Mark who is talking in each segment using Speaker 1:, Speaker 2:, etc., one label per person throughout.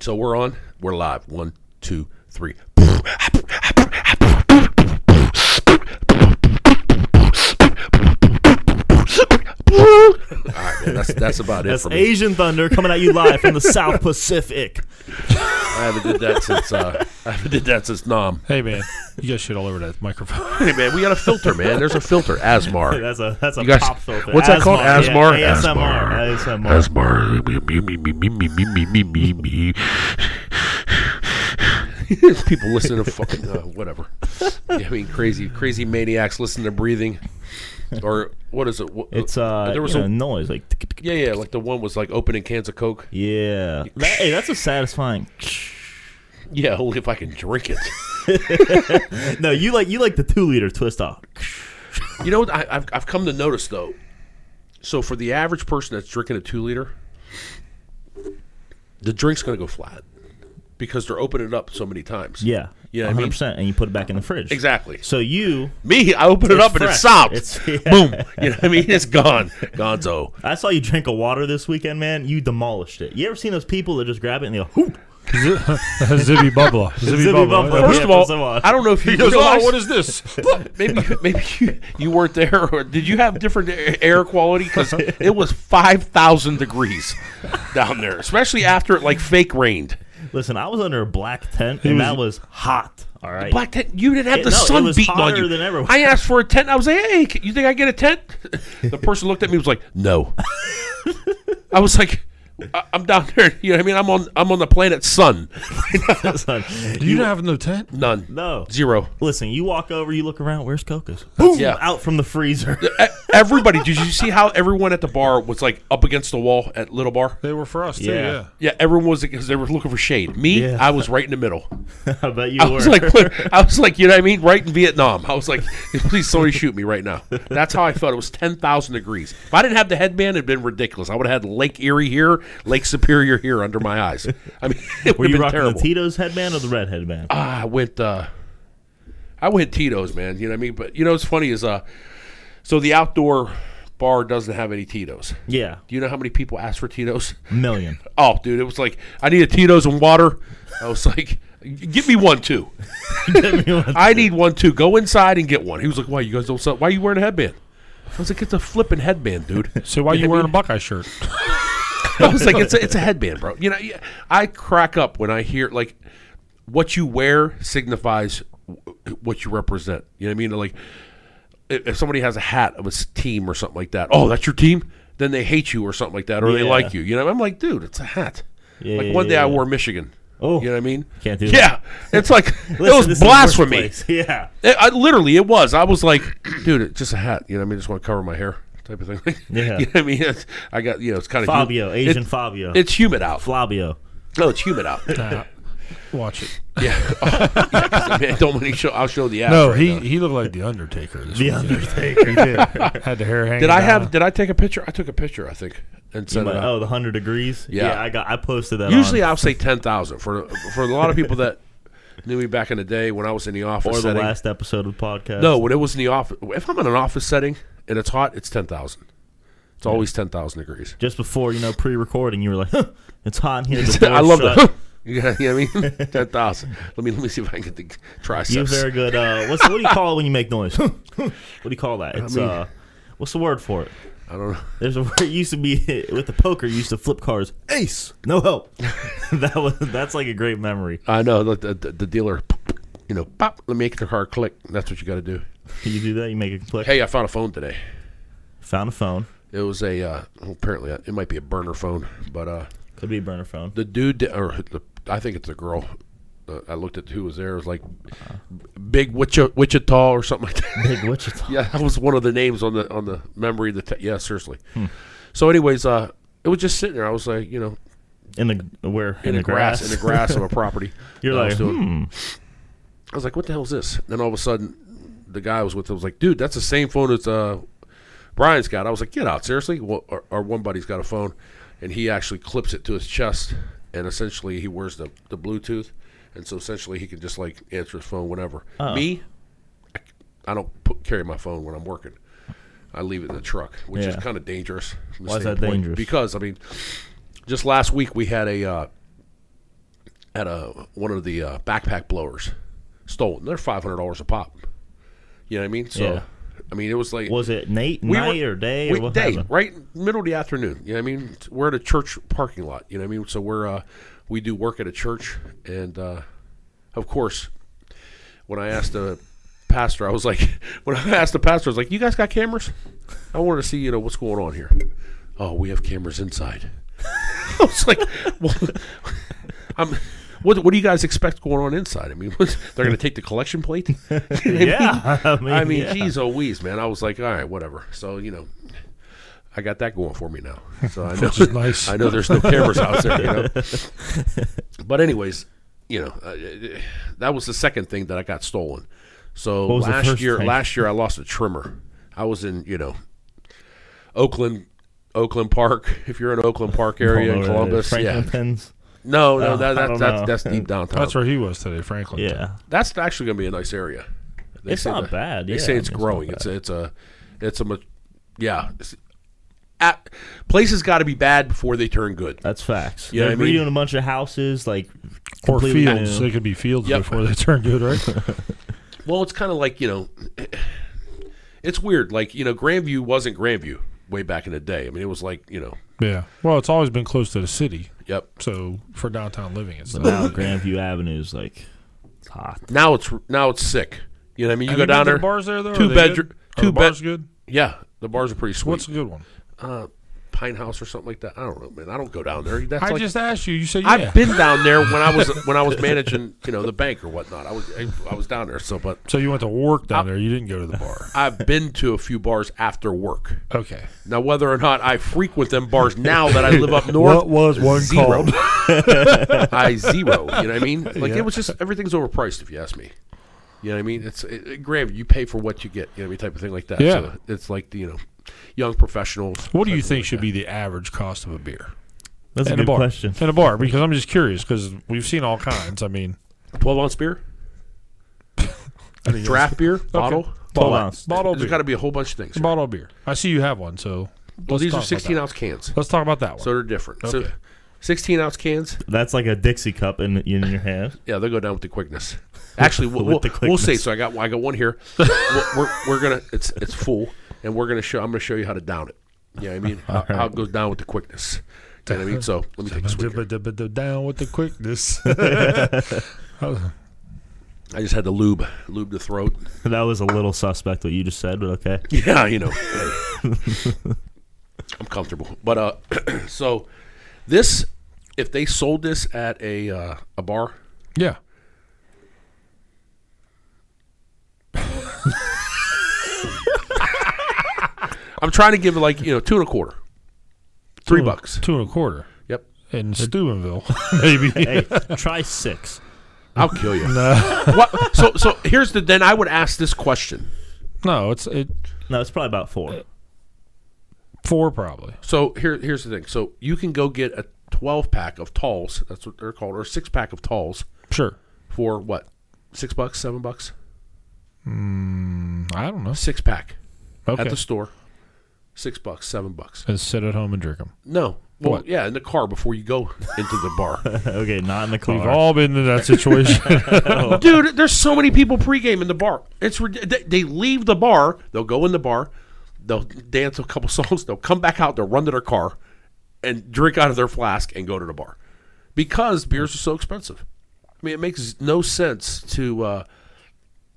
Speaker 1: So we're on. We're live. One, two, three. All right, man, that's that's about it
Speaker 2: That's
Speaker 1: for me.
Speaker 2: Asian Thunder coming at you live from the South Pacific.
Speaker 1: I haven't did that since uh, I haven't did that since Nom.
Speaker 3: Hey man, you got shit all over that microphone.
Speaker 1: Hey man, we got a filter, man. There's a filter, Asmar.
Speaker 2: That's a that's a
Speaker 1: You guys-
Speaker 2: pop filter.
Speaker 1: what's that called? Asmar?
Speaker 2: Yeah, ASMR. ASMR.
Speaker 1: Asmar. People listen to fucking uh, whatever. I mean, crazy, crazy maniacs listen to breathing, or what is it? What,
Speaker 2: It's uh,
Speaker 1: there was
Speaker 2: you know,
Speaker 1: a
Speaker 2: noise like. tick, tick, tick.
Speaker 1: yeah, yeah, like the one was like opening cans of Coke.
Speaker 2: Yeah. That- hey, that's a satisfying.
Speaker 1: Yeah, only if I can drink it.
Speaker 2: No, you like you like the two liter twist off.
Speaker 1: You know what I, I've, I've come to notice though. So for the average person that's drinking a two liter, the drink's gonna go flat because they're opening it up so many times.
Speaker 2: Yeah.
Speaker 1: You know what I
Speaker 2: One
Speaker 1: mean?
Speaker 2: hundred percent, and you put it back in the fridge.
Speaker 1: Exactly.
Speaker 2: So you,
Speaker 1: Me, I open it
Speaker 2: It's
Speaker 1: up and it's
Speaker 2: fresh.
Speaker 1: sopped.
Speaker 2: It's- yeah.
Speaker 1: Boom. You know what I mean? It's gone. Gonzo.
Speaker 2: I saw you drink a water this weekend, man. You demolished it. You ever seen those people that just grab it and they go, "Whoop!"
Speaker 3: Zibby bubbla, zibby,
Speaker 2: Zibby
Speaker 3: bubbla.
Speaker 2: bubbla.
Speaker 1: First
Speaker 2: Yeah,
Speaker 1: of all,
Speaker 2: for someone.
Speaker 1: I don't know if you
Speaker 3: He goes,
Speaker 1: realize-
Speaker 3: oh, what is this?
Speaker 1: maybe maybe you, you weren't there or did you have different a- air quality because it was 5000 degrees down there especially after it like fake rained
Speaker 2: Listen, I was under a black tent, and that was hot. All right.
Speaker 1: black tent you didn't have
Speaker 2: It-
Speaker 1: the
Speaker 2: no, it
Speaker 1: sun
Speaker 2: was
Speaker 1: beating on
Speaker 2: hotter
Speaker 1: you
Speaker 2: than ever.
Speaker 1: i asked for a tent i was like hey c- you think i get a tent the person looked at me and was like no i was like I- I'm down there. You know what I mean? I'm on. I'm on the planet Sun.
Speaker 2: Son,
Speaker 3: Do you not have no tent?
Speaker 1: None.
Speaker 2: no.
Speaker 1: Zero.
Speaker 2: Listen, you walk over, you look around. Where's Coca's? Boom!
Speaker 1: Yeah.
Speaker 2: Out from the freezer.
Speaker 1: E- Everybody. Did you see how everyone at the bar was like up against the wall at Little Bar?
Speaker 3: They were for us too.
Speaker 2: Yeah.
Speaker 3: Yeah.
Speaker 1: Yeah, everyone was because they were looking for shade. Me,
Speaker 2: Yeah.
Speaker 1: I was right in the middle.
Speaker 2: I bet you
Speaker 1: I
Speaker 2: were.
Speaker 1: was like, I was like, you know what I mean, right in Vietnam. I was like, please, somebody shoot me right now. That's how I felt. It was ten thousand degrees. If I didn't have the headband, it'd been ridiculous. I would have had Lake Erie here, Lake Superior here under my eyes. I mean, it
Speaker 2: were
Speaker 1: would have
Speaker 2: you
Speaker 1: been
Speaker 2: rocking
Speaker 1: terrible.
Speaker 2: the Tito's headband or the red headband?
Speaker 1: Ah, I went. Uh, I went Tito's, man. You know what I mean? But you know what's funny is, uh, so the outdoor bar doesn't have any Tito's.
Speaker 2: yeah,
Speaker 1: Do you know how many people ask for Tito's?
Speaker 2: million.
Speaker 1: Oh, dude, it was like I need a Tito's and water. I was like, "Give me one too. I need one too. Go inside and get one." He was like, "Why you guys don't sell? Why you wearing a headband?" I was like, "It's a flipping headband, dude."
Speaker 3: So why you
Speaker 1: know what I
Speaker 3: wearing a
Speaker 1: mean?
Speaker 3: Buckeye shirt?
Speaker 1: I was like, "It's a, it's a headband, bro." You know, yeah, I crack up when I hear like what you wear signifies w- what you represent. You know what I mean? Like if if somebody has a hat of a s- team or something like that, oh, that's your team. Then they hate you or something like that, or they
Speaker 2: Yeah.
Speaker 1: like you. You know, I'm like, dude, it's a hat.
Speaker 2: Yeah,
Speaker 1: like
Speaker 2: yeah,
Speaker 1: one day
Speaker 2: yeah,
Speaker 1: I
Speaker 2: yeah.
Speaker 1: wore Michigan.
Speaker 2: Oh.
Speaker 1: you know what I mean?
Speaker 2: Can't do
Speaker 1: Yeah, it's like
Speaker 2: Listen,
Speaker 1: it was
Speaker 2: this is the worst
Speaker 1: blasphemy.
Speaker 2: place. Yeah.
Speaker 1: It, I, literally, it was. I was like, dude, it's just a hat. You know, what I mean, just want to cover my hair, type of thing.
Speaker 2: Yeah.
Speaker 1: you know what I mean, it's, I got you know, it's kind of
Speaker 2: Fabio, Asian Fabio.
Speaker 1: It's humid out.
Speaker 2: Flavio.
Speaker 1: No, it's humid out.
Speaker 3: Nah. Watch it.
Speaker 1: yeah. Oh, yeah, 'cause, man, don't want to show. I'll show the ass.
Speaker 3: No,
Speaker 1: right
Speaker 3: he
Speaker 1: now.
Speaker 3: he looked like the Undertaker. This
Speaker 2: The
Speaker 3: weekend.
Speaker 2: Undertaker.
Speaker 3: He did. Had the hair hanging.
Speaker 1: Did I have?
Speaker 3: down.
Speaker 1: Did I take a picture? I took a picture, I think, and sent it.
Speaker 2: But,
Speaker 1: out.
Speaker 2: oh, the hundred degrees.
Speaker 1: Yeah.
Speaker 2: I got. I posted that.
Speaker 1: Usually,
Speaker 2: on,
Speaker 1: I'll say ten thousand for for a lot of people that knew me back in the day when I was in the office
Speaker 2: or the
Speaker 1: setting.
Speaker 2: last episode of the podcast.
Speaker 1: No, when it was in the office, if I'm in an office setting and it's hot, it's ten thousand. It's always ten thousand degrees.
Speaker 2: just before you know pre-recording, you were like, huh, "It's hot in here." The
Speaker 1: I
Speaker 2: door's
Speaker 1: love
Speaker 2: shut.
Speaker 1: that. You know, you know what I mean? ten thousand. Let me let me see if I can get the triceps.
Speaker 2: You're very good. Uh, what's what do you call it when you make noise? what do you call that? It's
Speaker 1: mean-
Speaker 2: uh, what's the word for it?
Speaker 1: I don't know.
Speaker 2: There's a word it used to be with the poker. You used to flip cards. Ace, no help. that was that's like a great memory.
Speaker 1: I know the, the, the dealer. You know, pop. Let me make the car click. That's what you got to do.
Speaker 2: You do that, you make a click.
Speaker 1: Hey, I found a phone today.
Speaker 2: Found a phone.
Speaker 1: It was a uh, apparently it might be a burner phone, but uh,
Speaker 2: Could be a burner phone.
Speaker 1: the dude that- or the, I think it's a girl. Uh, I looked at who was there. It was like Big Wichita, Wichita or something like that.
Speaker 2: Big Wichita.
Speaker 1: Yeah, that was one of the names on the on the memory. Of the te- yeah, seriously.
Speaker 2: Hmm.
Speaker 1: So, anyways, uh, it was just sitting there. I was like, you know,
Speaker 2: In the where
Speaker 1: in, the, grass, in the grass of a property.
Speaker 2: You're
Speaker 1: that I
Speaker 2: like, hmm.
Speaker 1: was doing. I was like, what the hell is this? Then all of a sudden, the guy I was with I was like, dude, that's the same phone as uh, Brian's got. I was like, get out, seriously. Well, our, our one buddy's got a phone, and he actually clips it to his chest, and essentially he wears the the Bluetooth, and so essentially he can just like answer his phone whenever.
Speaker 2: Uh-uh.
Speaker 1: Me, I, c- I don't put, carry my phone when I'm working. I leave it in the truck, which is
Speaker 2: Yeah.
Speaker 1: kind of dangerous. from the
Speaker 2: Why is that
Speaker 1: standpoint.
Speaker 2: dangerous?
Speaker 1: Because I mean, just last week we had a uh, had a one of the uh, backpack blowers stolen. They're five hundred dollars a pop. You know what I mean? So,
Speaker 2: Yeah.
Speaker 1: I mean, it was like
Speaker 2: Was it Nate
Speaker 1: we
Speaker 2: night
Speaker 1: were-
Speaker 2: or day
Speaker 1: we-
Speaker 2: or what
Speaker 1: day,
Speaker 2: happened?
Speaker 1: right middle of the afternoon. You know what I mean? We're at a church parking lot. You know what I mean? So we're uh, we do work at a church, and uh, of course, when I asked the pastor, I was like, when I asked the pastor, I was like, "You guys got cameras? I wanted to see you know what's going on here." Oh, we have cameras inside. I was like, well, I'm. What, what do you guys expect going on inside? I mean, what, they're going to take the collection plate?
Speaker 2: Yeah, I mean,
Speaker 1: I mean,
Speaker 2: yeah.
Speaker 1: geez, oh, wheeze, man. I was like, all right, whatever. So you know, I got that going for me now. So I know,
Speaker 3: Which is nice.
Speaker 1: I know there's no cameras out there. You know? but anyways, you know, uh, uh, that was the second thing that I got stolen. So
Speaker 2: was the
Speaker 1: last
Speaker 2: first
Speaker 1: year,
Speaker 2: thing?
Speaker 1: last year I lost a trimmer. I was in, you know, Oakland, Oakland Park. If you're in Oakland Park area in
Speaker 2: Palmer,
Speaker 1: Columbus,
Speaker 2: Franklin
Speaker 1: yeah.
Speaker 2: pens.
Speaker 1: No, no,
Speaker 2: Oh,
Speaker 1: that,
Speaker 2: I
Speaker 1: that,
Speaker 2: don't
Speaker 1: that's
Speaker 2: know.
Speaker 1: that's deep downtown.
Speaker 3: That's where he was today, Franklin.
Speaker 2: Yeah,
Speaker 1: That's actually going to be a nice area. They
Speaker 2: It's
Speaker 1: say
Speaker 2: not
Speaker 1: that-
Speaker 2: bad,
Speaker 1: They
Speaker 2: yeah,
Speaker 1: say it's
Speaker 2: I mean, it's not
Speaker 1: growing. It's a, it's a it's a much yeah. It's, at, places got to be bad before they turn good.
Speaker 2: that's facts.
Speaker 1: You know
Speaker 2: They're
Speaker 1: what I mean?
Speaker 2: redoing a bunch of houses, like
Speaker 3: Or
Speaker 2: completely
Speaker 3: fields.
Speaker 2: new.
Speaker 3: They could be fields
Speaker 1: Yep.
Speaker 3: before they turn good, right?
Speaker 1: Well, it's kind of like you know, it's weird. Like you know, Grandview wasn't Grandview way back in the day. I mean, it was like you know,
Speaker 3: yeah. Well, it's always been close to the city.
Speaker 1: yep.
Speaker 3: So for downtown living and
Speaker 2: But
Speaker 3: stuff.
Speaker 2: now Grandview Avenue's like it's hot.
Speaker 1: Now it's now it's sick. You know, what I mean, you
Speaker 3: Have
Speaker 1: go
Speaker 3: been
Speaker 1: down
Speaker 3: to
Speaker 1: there.
Speaker 3: The bars there though.
Speaker 1: two
Speaker 3: Are they good?
Speaker 1: bedroom-
Speaker 3: Are
Speaker 1: two
Speaker 3: the
Speaker 1: bed-
Speaker 3: bars good.
Speaker 1: yeah, the bars are pretty sweet.
Speaker 3: What's a good one?
Speaker 1: uh, Pine House or something like that? I don't know, man. I don't go down there. That's
Speaker 3: I
Speaker 1: like
Speaker 3: just asked you. You said yeah.
Speaker 1: I've been down there when I was when I was managing, you know, the bank or whatnot. I was I, I was down there. So, but
Speaker 3: so you went to work down there. You didn't go to the bar.
Speaker 1: I've been to a few bars after work.
Speaker 3: Okay.
Speaker 1: Now, whether or not I frequent them bars now that I live up north,
Speaker 3: was one
Speaker 1: zero. I zero. You know what I mean? Like
Speaker 3: Yeah.
Speaker 1: it was just everything's overpriced. If you ask me, you know what I mean. It's it, it, granted, you pay for what you get. You know what I mean? Type of thing like that.
Speaker 3: Yeah.
Speaker 1: So it's like the you know, young professionals.
Speaker 3: What do you think should be the average cost of a beer
Speaker 2: That's a
Speaker 3: in a
Speaker 2: good
Speaker 3: bar?
Speaker 2: question.
Speaker 3: In a bar, because I'm just curious because we've seen all kinds. I mean,
Speaker 1: Twelve ounce beer,
Speaker 3: I think
Speaker 1: draft beer, bottle.
Speaker 2: Twelve
Speaker 3: Bottle-
Speaker 2: ounce.
Speaker 3: bottle
Speaker 1: There's
Speaker 3: beer.
Speaker 1: got to be a whole bunch of things.
Speaker 3: bottle beer. I see you have one, so
Speaker 1: Well,
Speaker 3: let's
Speaker 1: these
Speaker 3: talk
Speaker 1: are
Speaker 3: about
Speaker 1: 16
Speaker 3: that.
Speaker 1: ounce cans.
Speaker 3: Let's talk about that one.
Speaker 1: So they're different. So
Speaker 3: Okay.
Speaker 1: 16 ounce cans,
Speaker 2: That's like a Dixie cup in in your hand.
Speaker 1: yeah, they'll go down with the quickness. Actually, we'll,
Speaker 2: With
Speaker 1: we'll,
Speaker 2: the
Speaker 1: we'll say
Speaker 2: quickness.
Speaker 1: so. I got I got one here. we're, we're, we're gonna it's it's full, and we're gonna show I'm gonna show you how to down it. Yeah, you know what I mean how, how it goes down with the quickness. You know what I mean? So let me take a swig. here.
Speaker 3: down with the quickness. Oh,
Speaker 1: I just had to lube lube the throat.
Speaker 2: That was a little suspect what you just said, but okay.
Speaker 1: Yeah, you know, hey. I'm comfortable. But uh, so this if they sold this at a uh, a bar,
Speaker 3: yeah.
Speaker 1: I'm trying to give it like you know two and a quarter, three
Speaker 3: Two-
Speaker 1: bucks.
Speaker 3: Two and a quarter.
Speaker 1: Yep.
Speaker 3: In Steubenville, maybe.
Speaker 2: Hey, try six.
Speaker 1: I'll kill you. What- So so here's the then I would ask this question.
Speaker 3: No, it's it
Speaker 2: No, it's probably about
Speaker 3: Uh,
Speaker 2: four.
Speaker 3: four probably.
Speaker 1: So here here's the thing. So you can go get a 12 pack of talls. That's what they're called, or six pack of talls
Speaker 3: Sure.
Speaker 1: for what? Six bucks, seven bucks,
Speaker 3: Mm, I don't know.
Speaker 1: six pack
Speaker 3: Okay.
Speaker 1: at the store. Six bucks, seven bucks.
Speaker 3: And sit at home and drink them.
Speaker 1: No. Well,
Speaker 3: What?
Speaker 1: yeah, in the car before you go into the bar,
Speaker 2: okay, not in the car.
Speaker 3: We've all been in that situation.
Speaker 1: dude. There's so many people pregame in the bar. It's rid- they, they leave the bar, they'll go in the bar, they'll dance a couple songs, they'll come back out, they'll run to their car, and drink out of their flask and go to the bar, because beers are so expensive. I mean, it makes no sense to, uh,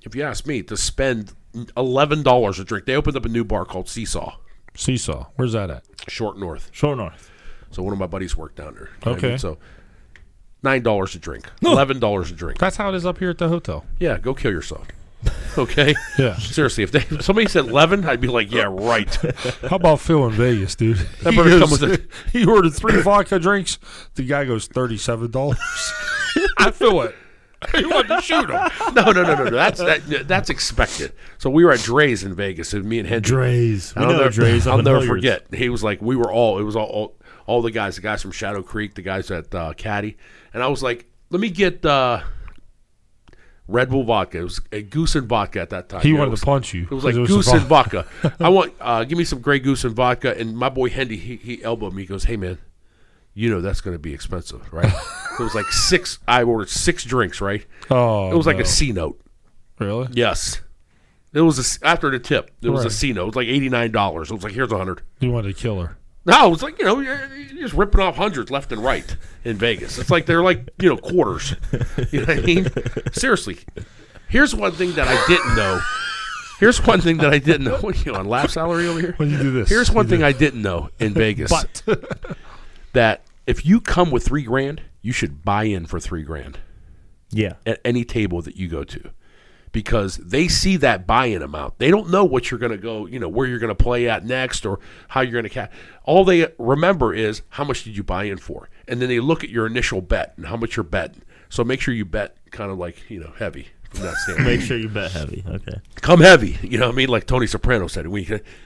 Speaker 1: if you ask me, to spend eleven dollars a drink. They opened up a new bar called Seesaw,
Speaker 3: Seesaw. Where's that at?
Speaker 1: Short North.
Speaker 2: Short North.
Speaker 1: So one of my buddies worked down there. You know what I
Speaker 3: Okay.
Speaker 1: mean? So nine dollars a drink, eleven dollars a drink.
Speaker 3: That's how it is up here at the hotel.
Speaker 1: Yeah, go kill yourself. Okay.
Speaker 3: Yeah.
Speaker 1: Seriously, if, they, if somebody said eleven, I'd be like, yeah, right.
Speaker 3: How about Phil in Vegas, dude?
Speaker 1: That
Speaker 3: he,
Speaker 1: brother come
Speaker 3: goes-
Speaker 1: with
Speaker 3: he ordered three vodka drinks. The guy goes thirty-seven dollars. I feel it. He wanted to shoot him.
Speaker 1: No, no, no, no, no. That's that, that's expected. So we were at Dre's in Vegas, and me and Henry.
Speaker 2: Dre's. We
Speaker 1: I'll
Speaker 2: know
Speaker 1: never,
Speaker 2: Dre's. up
Speaker 1: I'll
Speaker 2: in
Speaker 1: never
Speaker 2: Hilliard's.
Speaker 1: forget. He was like, we were all. It was all, all all the guys, the guys from Shadow Creek, the guys at uh, Caddy, and I was like, let me get uh, Red Bull vodka. It was a Goose and vodka at that time.
Speaker 3: He
Speaker 1: you know, it
Speaker 3: wanted
Speaker 1: was-
Speaker 3: to punch you.
Speaker 1: It was like goose and vodka. I want, uh, give me some Grey Goose and vodka. And my boy Hendy, he, he elbowed me. He goes, hey, man, you know that's going to be expensive, right? It was like six. I ordered six drinks, right?
Speaker 3: Oh,
Speaker 1: It was like
Speaker 3: no.
Speaker 1: a C note.
Speaker 3: really.
Speaker 1: Yes. It was a C- after the tip. It was a
Speaker 3: Right.
Speaker 1: C note. It was like eighty nine dollars. It was like here's a hundred.
Speaker 3: You wanted to kill her.
Speaker 1: No, it was like you know you're, you're just ripping off hundreds left and right in Vegas. It's like they're like you know quarters. You know what I mean? Seriously. Here's one thing that I didn't know. Here's one thing that I didn't know. What are you on laugh salary over here?
Speaker 3: When you do this,
Speaker 1: Here's one
Speaker 3: you
Speaker 1: thing
Speaker 3: do-
Speaker 1: I didn't know in Vegas
Speaker 3: But
Speaker 1: that if you come with three grand, you should buy in for three grand
Speaker 2: Yeah.
Speaker 1: at any table that you go to because they see that buy-in amount. They don't know what you're going to go, you know, where you're going to play at next or how you're going to catch. All they remember is how much did you buy in for? And then they look at your initial bet and how much you're betting. So make sure you bet kind of like, you know, heavy from that standpoint.
Speaker 2: Make sure you bet heavy. Okay.
Speaker 1: Come heavy, you know what I mean? Like Tony Soprano said. We,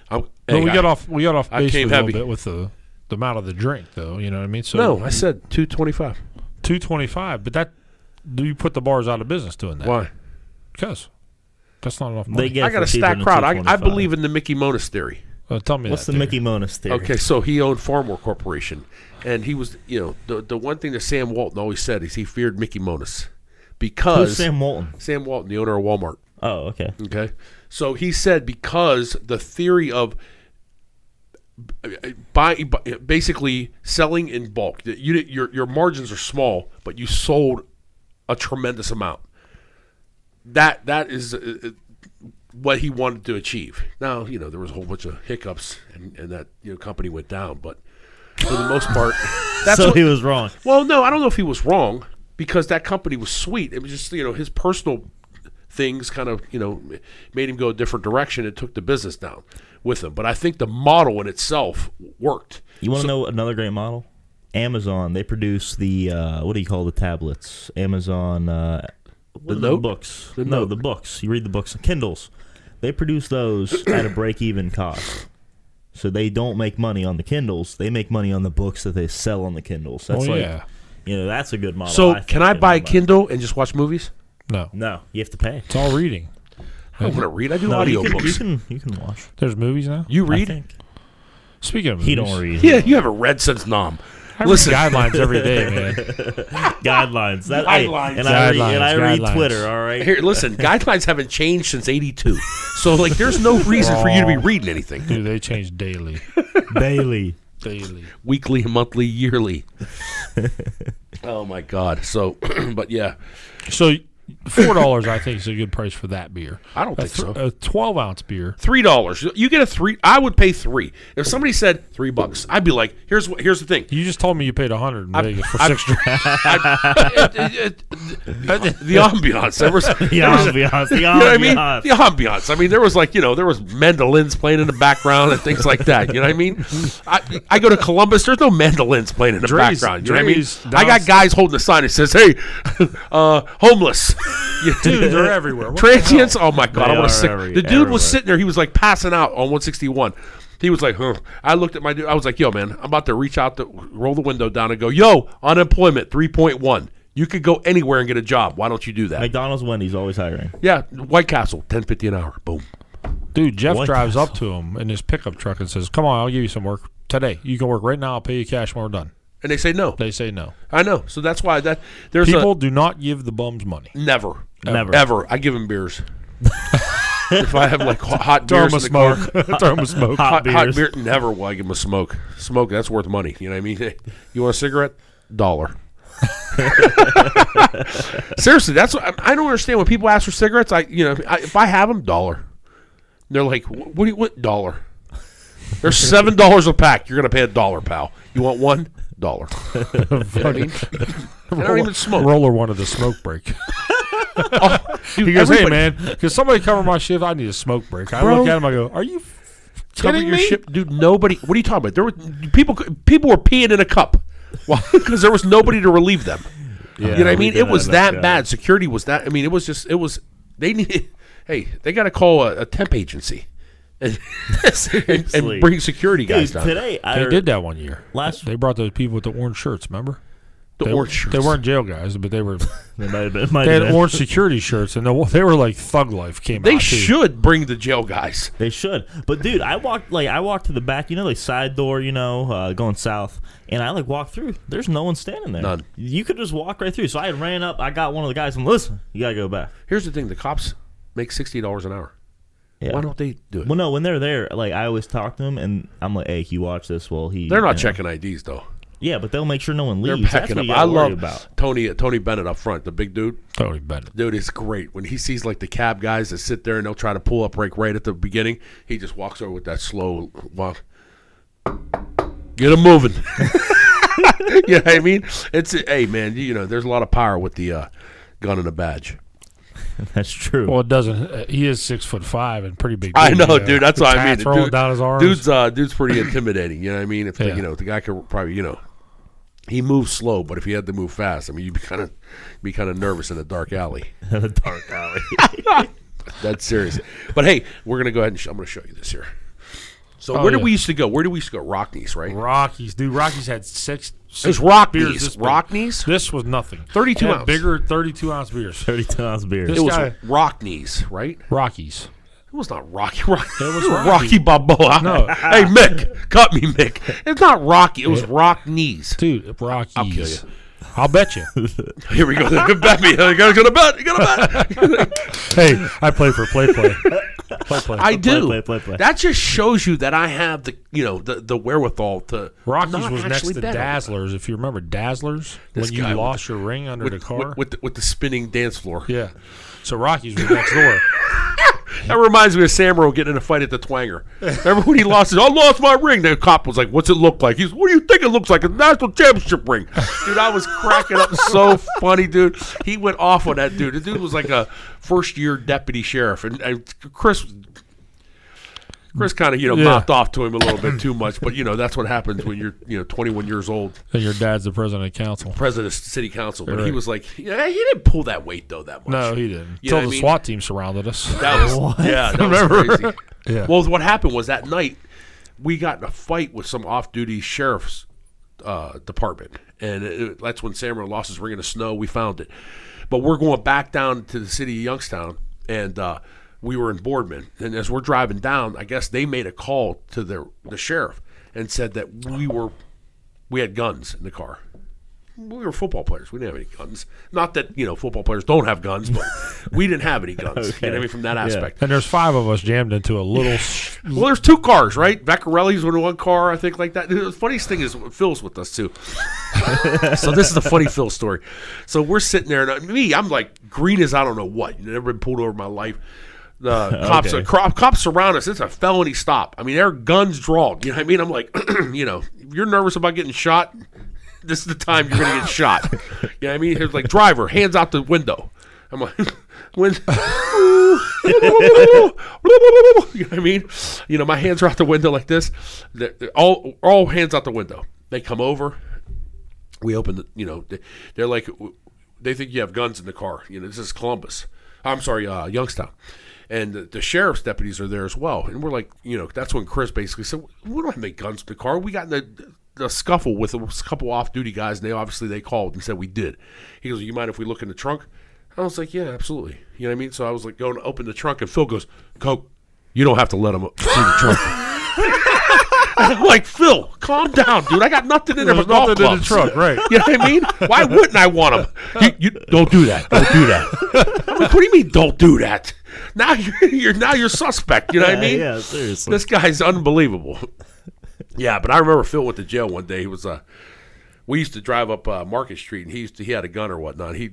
Speaker 1: I'm,
Speaker 3: but
Speaker 1: hey,
Speaker 3: we
Speaker 1: I-
Speaker 3: got off we got off
Speaker 1: I
Speaker 3: base a
Speaker 1: came
Speaker 3: little
Speaker 1: heavy.
Speaker 3: bit with the the amount of the drink, though. You know what I mean? So
Speaker 1: No, I said 225.
Speaker 3: two twenty five. But that do you put the bars out of business doing that?
Speaker 1: Why?
Speaker 3: Because that's not enough money.
Speaker 2: They get
Speaker 1: I
Speaker 2: it
Speaker 1: got
Speaker 2: for
Speaker 1: a
Speaker 2: cheaper
Speaker 1: stacked
Speaker 2: than
Speaker 1: crowd. I, I
Speaker 2: 225.
Speaker 1: believe in the Mickey Monas theory.
Speaker 3: Uh, tell me
Speaker 2: What's
Speaker 3: that
Speaker 2: the
Speaker 3: theory.
Speaker 2: Mickey Monas theory?
Speaker 1: Okay, so he owned Farmore Corporation, and he was, you know, the the one thing that Sam Walton always said is he feared Mickey Monas
Speaker 2: Who's
Speaker 1: because
Speaker 2: Sam Walton?
Speaker 1: Sam Walton, the owner of Walmart.
Speaker 2: Oh, okay.
Speaker 1: Okay, so he said because the theory of buy, bu- basically selling in bulk, that you didn't- your your margins are small, but you sold a tremendous amount. That that is. uh, uh, what he wanted to achieve. Now, you know, there was a whole bunch of hiccups, and, and that you know company went down. But for the most part, that's
Speaker 2: so
Speaker 1: what,
Speaker 2: he was wrong.
Speaker 1: well, no, I don't know if he was wrong because that company was sweet. It was just you know his personal things kind of you know made him go a different direction. It took the business down with him, but I think the model in itself worked.
Speaker 2: You want to know another great model? Amazon. They produce the uh, what do you call the tablets? Amazon. Uh, the, the
Speaker 1: note?
Speaker 2: books.
Speaker 1: The
Speaker 2: no,
Speaker 1: note.
Speaker 2: the books. You read the books. Kindles. They produce those at a break-even cost. So they don't make money on the Kindles. They make money on the books that they sell on the Kindles. That's
Speaker 3: Oh,
Speaker 2: like,
Speaker 3: yeah.
Speaker 2: you know, that's a good model.
Speaker 1: So
Speaker 2: Oh, think,
Speaker 1: can I
Speaker 2: you know,
Speaker 1: buy a
Speaker 2: but-
Speaker 1: Kindle and just watch movies?
Speaker 3: No,
Speaker 2: No, you have to pay.
Speaker 3: it's all reading.
Speaker 1: I don't want to read. I do
Speaker 2: No, you can, you
Speaker 1: audiobooks.
Speaker 2: can you can watch.
Speaker 3: There's movies now.
Speaker 1: You
Speaker 2: I
Speaker 1: read?
Speaker 2: think.
Speaker 3: Speaking of movies,
Speaker 2: He don't read.
Speaker 1: Yeah, you haven't read since Nom.
Speaker 3: I read
Speaker 1: Listen,
Speaker 3: guidelines every day, man.
Speaker 2: guidelines. That, hey,
Speaker 1: Guidelines.
Speaker 2: and I read, and I
Speaker 3: Guidelines,
Speaker 2: read
Speaker 3: guidelines.
Speaker 2: Twitter. All right.
Speaker 1: Here, listen, guidelines haven't changed since 82. So, like, there's no reason for you to be reading anything.
Speaker 3: Dude, they change daily,
Speaker 2: Bailey.
Speaker 3: daily.
Speaker 1: Weekly, monthly, yearly. oh, my God. So, but yeah,
Speaker 3: So four dollars, I think, is a good price for that beer.
Speaker 1: I don't
Speaker 3: a
Speaker 1: think so.
Speaker 3: A twelve ounce beer.
Speaker 1: $3. You get a three. I would pay three. If somebody said three bucks, I'd be like, here's what, here's the thing.
Speaker 3: You just told me you paid a hundred in Vegas for
Speaker 1: I-
Speaker 3: six drinks.
Speaker 1: I- it- it- it- the ambiance. There was,
Speaker 2: The
Speaker 1: there was-
Speaker 2: ambiance. The
Speaker 1: You know what I mean?
Speaker 2: ambiance.
Speaker 1: The ambiance. I mean, there was like you know, there was mandolins playing in the background and things like that. You know what I mean? I, I go to Columbus. There's no mandolins playing in the
Speaker 3: Dre's-
Speaker 1: background. You know what I mean?
Speaker 3: Dre's
Speaker 1: I got
Speaker 3: downst-
Speaker 1: guys holding a sign that says, "Hey, uh, homeless." You-
Speaker 3: Dude, they're everywhere. What the hell?
Speaker 1: Transients. Oh my god!
Speaker 2: They
Speaker 1: I want to
Speaker 2: are
Speaker 1: sick.
Speaker 2: every-
Speaker 1: the dude
Speaker 2: everywhere.
Speaker 1: was sitting there. He was like passing out on 161. He was like, huh. I looked at my dude. I was like, yo, man, I'm about to reach out to roll the window down and go, yo, unemployment 3.1. You could go anywhere and get a job. Why don't you do that?
Speaker 2: McDonald's, Wendy's, always hiring.
Speaker 1: yeah, White Castle, 1050 an hour. Boom.
Speaker 3: Dude, Jeff
Speaker 2: What?
Speaker 3: drives up to him in his pickup truck and says, "Come on, I'll give you some work today. You can work right now. I'll pay you cash when we're done."
Speaker 1: And they say no.
Speaker 3: They say no.
Speaker 1: I know. So that's why that there's
Speaker 3: People do not give the bums money.
Speaker 1: a never,
Speaker 2: Never.
Speaker 1: ever. I give them beers. if I have like ho- hot beers in the car,
Speaker 3: Throw him a smoke.
Speaker 1: hot,
Speaker 2: Hot
Speaker 1: hot
Speaker 2: beers.
Speaker 1: beer, never will I give them a smoke. Smoke that's worth money. You know what I mean? You want a cigarette? Dollar. Seriously, that's what I I don't understand when people ask for cigarettes. I you know I, if I have them, dollar. They're like, "Wh- what do you want? Dollar. They're seven dollars a pack. You're gonna pay a dollar, pal. You want one dollar? You know what I mean? And I don't even smoke.
Speaker 3: Roller wanted the smoke break.
Speaker 1: Dude,
Speaker 3: He goes, "Hey
Speaker 1: everybody-
Speaker 3: man, can somebody cover my shift? I need a smoke break." I
Speaker 1: Bro.
Speaker 3: look at him. I go, "Are you f-
Speaker 1: cover
Speaker 3: kidding
Speaker 1: your
Speaker 3: me?"
Speaker 1: ship, dude. Nobody. What are you talking about? There were people. People were peeing in a cup, because there was nobody to relieve them. you know what I
Speaker 2: we
Speaker 1: mean?
Speaker 2: did
Speaker 1: It was
Speaker 2: have
Speaker 1: that
Speaker 2: that, yeah.
Speaker 1: bad. Security was that. I mean, it was just. It was. They need. Hey, they got to call a, a temp agency, and, and,
Speaker 2: Seriously.
Speaker 1: bring security
Speaker 2: Dude,
Speaker 1: guys down.
Speaker 2: today I
Speaker 3: They did that one year.
Speaker 2: Last-
Speaker 3: they brought those people with the orange shirts. Remember?
Speaker 1: The
Speaker 3: They,
Speaker 1: orange shirts.
Speaker 3: they weren't jail guys, but they were.
Speaker 2: They might have been. Might
Speaker 3: They
Speaker 2: have
Speaker 3: had
Speaker 2: been.
Speaker 3: orange security shirts, and they, they were like thug life came out.
Speaker 1: They
Speaker 3: too.
Speaker 1: should bring the jail guys.
Speaker 2: They should. But dude, I walked like I walked to the back, you know, like side door, you know, uh, going south, and I like walked through. There's no one standing there.
Speaker 1: None.
Speaker 2: You could just walk right through. So I ran up. I got one of the guys. I'm listen. You gotta go back.
Speaker 1: Here's the thing: the cops make sixty dollars an hour.
Speaker 2: Yeah.
Speaker 1: Why don't they do it?
Speaker 2: Well, no, when they're there, like I always talk to them, and I'm like, "Hey, can you watch this?" Well, he
Speaker 1: They're not
Speaker 2: you know.
Speaker 1: checking IDs though.
Speaker 2: Yeah, but they'll make sure no one
Speaker 1: They're
Speaker 2: leaves.
Speaker 1: packing
Speaker 2: That's
Speaker 1: up.
Speaker 2: what
Speaker 1: I
Speaker 2: you gotta worry
Speaker 1: love
Speaker 2: about.
Speaker 1: Tony Tony Bennett up front, the big dude.
Speaker 3: Totally better.
Speaker 1: Dude, it's great when he sees like the cab guys that sit there and they'll try to pull up right right at the beginning. He just walks over with that slow walk. Get him moving. you know what I mean? It's hey man, you know there's a lot of power with the uh, gun and a badge.
Speaker 2: That's true.
Speaker 3: Well, it doesn't. uh, He is six foot five and uh, pretty big.
Speaker 1: I
Speaker 3: dude,
Speaker 1: know,
Speaker 3: yeah.
Speaker 1: dude. That's what I mean.
Speaker 3: Hats
Speaker 1: The
Speaker 3: rolling
Speaker 1: dude-
Speaker 3: down his arms.
Speaker 1: Dude's uh, dude's pretty intimidating. You know what I mean? If
Speaker 3: Yeah.
Speaker 1: you know the guy could probably you know he moves slow, but if he had to move fast, I mean you'd be kind of be kind of nervous in a dark alley.
Speaker 2: The dark alley.
Speaker 1: That's serious. But hey, we're gonna go ahead and sh- I'm gonna show you this here. So where
Speaker 3: Oh, yeah.
Speaker 1: did we used to go? Where did we used to go? Rockneys, right?
Speaker 3: Rockies, dude. Rockies had six. six
Speaker 1: It was Rockneys.
Speaker 3: beers this big.
Speaker 1: Rockneys.
Speaker 3: This was nothing.
Speaker 1: 32
Speaker 3: They had
Speaker 1: ounce.
Speaker 3: bigger, thirty-two ounce beers.
Speaker 2: Thirty-two ounce beer.
Speaker 1: It was
Speaker 3: guy-
Speaker 1: Rockneys, right?
Speaker 3: Rockies.
Speaker 1: It was not Rocky. Rocky. It
Speaker 3: was
Speaker 1: was Rocky,
Speaker 3: Rocky.
Speaker 1: Balboa.
Speaker 3: No.
Speaker 1: hey Mick, cut me, Mick. It's not Rocky. It was Rockneys.
Speaker 3: Dude, Rockies. I'll
Speaker 1: kill you.
Speaker 3: bet you.
Speaker 1: Here we go. Good bet me. You're gonna go to bet. You're gonna bet.
Speaker 3: hey, I play for play play. Play play.
Speaker 1: I do.
Speaker 2: play, play, play.
Speaker 1: That just shows you that I have the you know the, the wherewithal to.
Speaker 3: Rockies
Speaker 1: not
Speaker 3: was next
Speaker 1: actually
Speaker 3: to
Speaker 1: bet on it.
Speaker 3: Dazzlers. If you remember Dazzlers,
Speaker 1: This
Speaker 3: when you
Speaker 1: guy with
Speaker 3: lost your ring under
Speaker 1: with,
Speaker 3: the car.
Speaker 1: with, with the, with the spinning dance floor.
Speaker 3: yeah. So Rockies was next door.
Speaker 1: That reminds me of Samro getting in a fight at the Twanger. Remember when he lost his? I lost my ring. The cop was like, "What's it look like?" He's, "What do you think it looks like? A national championship ring." Dude, I was cracking up so funny, dude. He went off on that dude. The dude was like a first year deputy sheriff, and, and Chris. Chris kind of you know
Speaker 3: Yeah.
Speaker 1: mopped off to him a little bit too much, but you know that's what happens when you're you know 21 years old,
Speaker 3: and your dad's the president of council.
Speaker 1: president of city council. But he
Speaker 3: Right.
Speaker 1: was like, yeah, he didn't pull that weight though that much.
Speaker 3: No, he didn't.
Speaker 1: You know
Speaker 3: Until
Speaker 1: what
Speaker 3: the
Speaker 1: I mean?
Speaker 3: SWAT team surrounded us.
Speaker 1: That was yeah. That was crazy.
Speaker 3: Yeah.
Speaker 1: Well, what happened was that night we got in a fight with some off-duty sheriff's uh, department, and it, it- that's when Samuel lost his ring in the snow. We found it, but we're going back down to the city of Youngstown, and uh, we were in Boardman. And as we're driving down, I guess they made a call to their the sheriff and said that we were we had guns in the car. We were football players. We didn't have any guns. Not that you know football players don't have guns, but we didn't have any guns. You know what I mean from that aspect.
Speaker 3: and there's five of us jammed into a little. sh-
Speaker 1: Well, there's two cars, right? Vaccarelli's in one car, I think, like that. The funniest thing is Phil's with us too. so this is the funny Phil story. So we're sitting there, and me, I'm like green as I don't know what. Never been pulled over in my life. The cops,
Speaker 2: Okay.
Speaker 1: the cro- cops surround us. It's a felony stop. I mean, their guns drawn. You know what I mean? I'm like, you know, if you're nervous about getting shot. This is the time you're gonna get shot. You know what I mean? Here's like driver, hands out the window. I'm like, when you know what I mean? You know, my hands are out the window like this. They're- they're all all hands out the window. They come over. We open the. You know, they- they're like, they think you have guns in the car. You know, this is Columbus. I'm sorry, uh, Youngstown. And the, the sheriff's deputies are there as well. And we're like, you know, that's when Chris basically said, "We don't have any guns in the car. We got in the." The scuffle with a couple off-duty guys, and they obviously they called and said we did. He goes, "You mind if we look in the trunk?" I was like, yeah, absolutely. You know what I mean? So I was like, going to open the trunk, and Phil goes, Coke, you don't have to let him see the trunk. And I'm like, Phil, calm down, dude. I got nothing in there
Speaker 3: There's
Speaker 1: but golf
Speaker 3: nothing in the
Speaker 1: clubs."
Speaker 3: trunk, right.
Speaker 1: You know what I mean? Why wouldn't I want them? You, you don't do that. Don't do that. I'm like, what do you mean? Don't do that. Now you're, you're now you're suspect. You know what I mean?
Speaker 2: yeah, seriously.
Speaker 1: This guy's unbelievable. yeah, but I remember Phil went to jail one day. He was uh we used to drive up uh, Market Street and he used to he had a gun or whatnot. He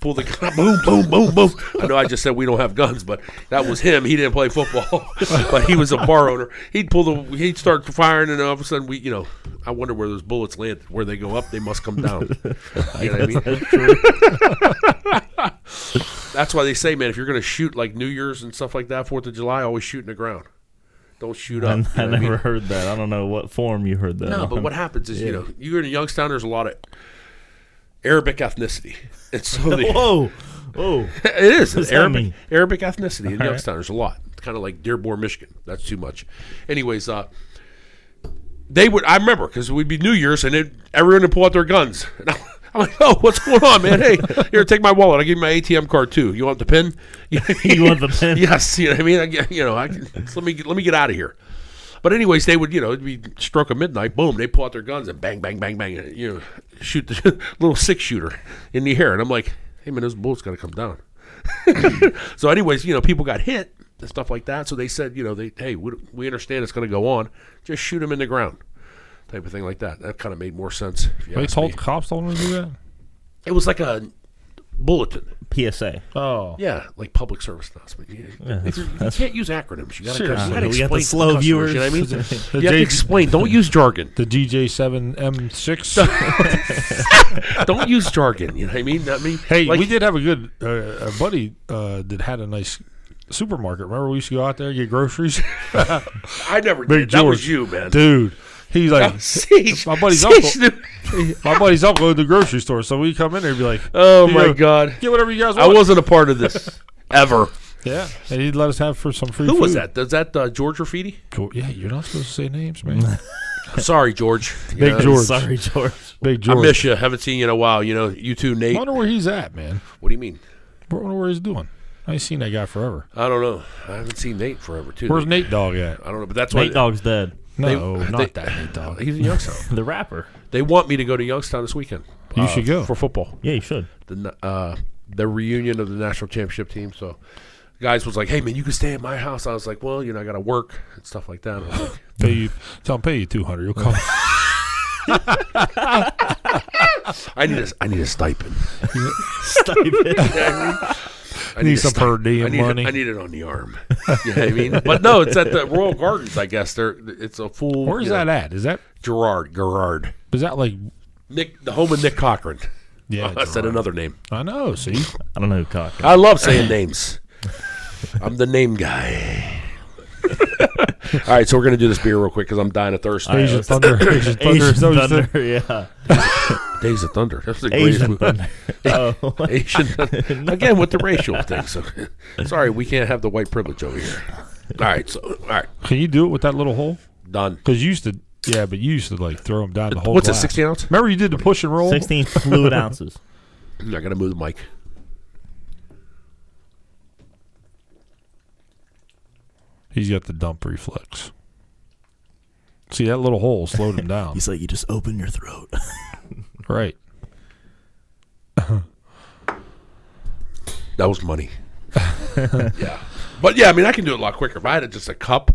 Speaker 1: pulled the gun up, boom, boom, boom, boom. I know I just said we don't have guns, but that was him. He didn't play football. but he was a bar owner. He'd pull the he'd start firing and all of a sudden we you know, I wonder where those bullets land, where they go up, they must come down. you know what I mean? That's why they say, man, if you're going to shoot like New Year's and stuff like that, Fourth of July, always shoot in the ground. Don't shoot
Speaker 2: I,
Speaker 1: up. you
Speaker 2: I
Speaker 1: know what I mean?
Speaker 2: never heard that. I don't know what form you heard that.
Speaker 1: No,
Speaker 2: on.
Speaker 1: but what happens is, you know, you're in Youngstown. There's a lot of Arabic ethnicity, and so the,
Speaker 2: Whoa, whoa.
Speaker 1: it is
Speaker 2: does
Speaker 1: it's
Speaker 2: that
Speaker 1: Arabic
Speaker 2: mean?
Speaker 1: Arabic ethnicity in Youngstown. There's a lot. It's kind of like Dearborn, Michigan. That's too much. Anyways, uh, they would. I remember because we'd be New Year's and it, everyone would pull out their guns. And I'm, I'm like, oh, what's going on, man? Hey, here, take my wallet. I'll give you my ATM card too. You want the pin?
Speaker 2: You want the pin?
Speaker 1: yes. You know what I mean? I, get- you know, I can, let me get- let me get out of here. But anyways, they would you know it'd be stroke of midnight. Boom, they pull out their guns and bang, bang, bang, bang. and, You know, shoot the little six shooter in the air. And I'm like, hey man, those bullets got to come down. so, anyways, you know, people got hit and stuff like that. So they said, you know, they hey, we, we understand it's going to go on. Just shoot them in the ground, type of thing like that. That kind of made more sense. if you
Speaker 3: They
Speaker 1: ask
Speaker 3: told
Speaker 1: me.
Speaker 3: the cops told them to do that.
Speaker 1: it was like a bulletin.
Speaker 2: PSA.
Speaker 3: Oh,
Speaker 1: Yeah, like public service announcement. You, if you, you can't use acronyms. You got to
Speaker 3: Seriously.
Speaker 1: explain.
Speaker 2: We got the
Speaker 1: to
Speaker 2: slow
Speaker 1: customers,
Speaker 2: viewers.
Speaker 1: You know what I mean?
Speaker 3: The
Speaker 1: you have to
Speaker 3: J-
Speaker 1: explain. Don't use jargon.
Speaker 3: the DJ seven M six.
Speaker 1: Don't use jargon. You know what I mean? Not me.
Speaker 3: Hey,
Speaker 1: like,
Speaker 3: we did have a good uh, a buddy uh, that had a nice supermarket. Remember, we used to go out there get groceries.
Speaker 1: I never
Speaker 3: Big
Speaker 1: did. That was
Speaker 3: George.
Speaker 1: you, man.
Speaker 3: Dude, he's like,
Speaker 1: Sheesh.
Speaker 3: My buddy's
Speaker 1: Sheesh,
Speaker 3: uncle.
Speaker 1: dude.
Speaker 3: my buddy's uncle at the grocery store, so we come in there and be like,
Speaker 1: Oh
Speaker 3: You
Speaker 1: my
Speaker 3: go,
Speaker 1: god!
Speaker 3: get whatever you guys
Speaker 1: I
Speaker 3: want.
Speaker 1: wasn't a part of this ever.
Speaker 3: yeah, and he'd let us have for some free.
Speaker 1: Who
Speaker 3: food.
Speaker 1: was that? Does that uh, George Rafiti?
Speaker 3: Go- Yeah, you're not supposed to say names, man.
Speaker 1: Sorry, George. You
Speaker 3: Big
Speaker 1: know,
Speaker 3: George,
Speaker 2: Sorry, George.
Speaker 3: Big
Speaker 1: I
Speaker 3: George.
Speaker 1: miss you. Haven't seen you in a while. You know, you too,
Speaker 3: I
Speaker 1: Nate.
Speaker 3: wonder where he's at, man.
Speaker 1: What do you mean?
Speaker 3: I wonder where he's doing. I ain't seen that guy forever.
Speaker 1: I don't know. I haven't seen Nate forever too.
Speaker 3: Where's Nate Dog at?
Speaker 1: I don't know, but that's
Speaker 2: Nate
Speaker 1: why
Speaker 2: Dogg's dead.
Speaker 3: No,
Speaker 1: They-
Speaker 3: not
Speaker 1: they-
Speaker 3: that Nate Dog.
Speaker 1: he's in Youngstown.
Speaker 2: The rapper.
Speaker 1: They want me to go to Youngstown this weekend.
Speaker 3: You should go.
Speaker 1: uh, for football.
Speaker 2: Yeah, you should.
Speaker 1: The na- uh, the reunion of the national championship team. So, guys was like, "Hey man, you can stay at my house." I was like, "Well, you know, I got to work and stuff like that." I was like,
Speaker 3: Pay you, tell him pay you two hundred. You'll come.
Speaker 1: I need a I need a stipend.
Speaker 2: Stipend.
Speaker 1: I
Speaker 3: Need
Speaker 1: a
Speaker 3: some
Speaker 1: stip-
Speaker 3: per diem
Speaker 1: I need,
Speaker 3: money.
Speaker 1: I need it on the arm. you know what I mean? But no, it's at the Royal Gardens. I guess they're it's a full.
Speaker 3: Where's
Speaker 1: you know,
Speaker 3: that at? Is that
Speaker 1: Gerard. Gerard.
Speaker 3: is that like?
Speaker 1: Nick, the home of Nick Cochran.
Speaker 3: Yeah,
Speaker 1: I said another name.
Speaker 3: I know. See,
Speaker 2: I don't know who cock.
Speaker 1: I love saying names. I'm the name guy. All right, so we're gonna do this beer real quick because I'm dying of thirst.
Speaker 3: Asian Thunder. Asian Thunder.
Speaker 2: Asian
Speaker 3: is that what you said?
Speaker 2: Thunder, yeah.
Speaker 1: Days of Thunder. That's the greatest
Speaker 2: Asian
Speaker 1: movie.
Speaker 2: Thunder. Oh,
Speaker 1: Asian Thunder. Again with the racial thing. So, sorry, we can't have the white privilege over here. All right, so all right,
Speaker 3: Can you do it with that little hole?
Speaker 1: done.
Speaker 3: Because you used to, yeah, but you used to like throw them down the whole.
Speaker 1: What's it?
Speaker 3: glass.
Speaker 1: Sixteen ounce?
Speaker 3: Remember you did the push and roll.
Speaker 2: 16 fluid ounces.
Speaker 1: I gotta move the mic.
Speaker 3: He's got the dump reflex. See that little hole slowed him down.
Speaker 2: like, you just open your throat.
Speaker 3: right.
Speaker 1: That was money. yeah, but yeah, I mean, I can do it a lot quicker. If I had just a cup,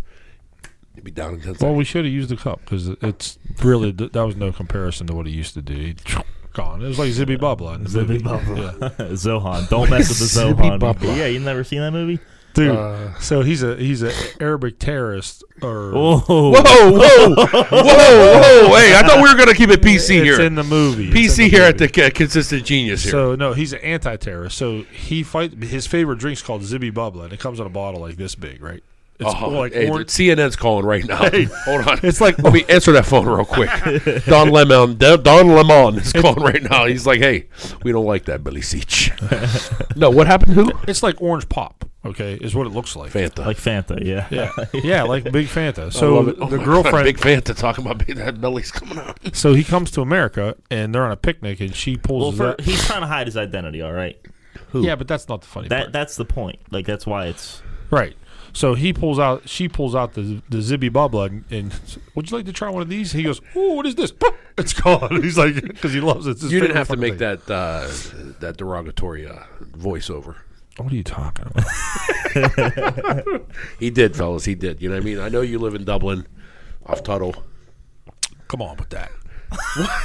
Speaker 1: it'd be down in ten
Speaker 3: Well,
Speaker 1: seconds.
Speaker 3: we should have used the cup because it's really th- that was no comparison to what he used to do. He gone. It was like Zibby Bubba. in the
Speaker 2: Zibby
Speaker 3: movie.
Speaker 2: Bubba.
Speaker 3: Yeah.
Speaker 2: Zohan. Don't mess with the
Speaker 1: Zippy
Speaker 2: Zohan.
Speaker 1: Bubba.
Speaker 2: Yeah, you never seen that movie?
Speaker 3: Dude,
Speaker 2: Uh,
Speaker 3: so he's a he's an Arabic terrorist or
Speaker 2: Oh,
Speaker 1: Whoa, whoa, whoa, whoa! Hey, I thought we were gonna keep it
Speaker 3: it's
Speaker 1: PC here.
Speaker 3: in the movie. It's in
Speaker 1: PC here at
Speaker 3: movie.
Speaker 1: the uh, Consistent Genius here.
Speaker 3: So no, he's an anti-terrorist. So he fight his favorite drink's called Zibby Bubba, and it comes in a bottle like this big, right? It's
Speaker 1: Uh-huh.
Speaker 3: like
Speaker 1: Hey,
Speaker 3: orange.
Speaker 1: CNN's calling right now. Hold on.
Speaker 3: It's like-
Speaker 1: let me answer that phone real quick. Don Lemon, Don Lemon is calling right now. He's like, "Hey, we don't like that Billy Seach." no, what happened? Who?
Speaker 3: It's like orange pop. Okay, is what it looks like.
Speaker 1: Fanta.
Speaker 2: Like Fanta, yeah.
Speaker 3: Yeah, yeah, like big Fanta.
Speaker 1: I
Speaker 3: So
Speaker 1: love it. Oh
Speaker 3: the
Speaker 1: my God,
Speaker 3: girlfriend.
Speaker 1: Big Fanta, talking about being- that Billy's coming out.
Speaker 3: so he comes to America, and they're on a picnic, and she pulls.
Speaker 2: Well,
Speaker 3: his
Speaker 2: for,
Speaker 3: up-
Speaker 2: he's trying to hide his identity, all right?
Speaker 3: yeah, but that's not the funny
Speaker 2: That
Speaker 3: part.
Speaker 2: That's the point. Like, that's why it's.
Speaker 3: Right. So he pulls out, she pulls out the the Zibby Bubba, and, and would you like to try one of these? He goes, "Ooh, what is this?" Pop! It's gone. He's like, because he loves it. It's his
Speaker 1: You didn't
Speaker 3: favorite
Speaker 1: have to make
Speaker 3: fucking thing.
Speaker 1: that uh, that derogatory uh, voiceover.
Speaker 3: What are you talking about?
Speaker 1: He did, fellas. He did. You know what I mean? I know you live in Dublin, off Tuttle.
Speaker 3: Come on with that.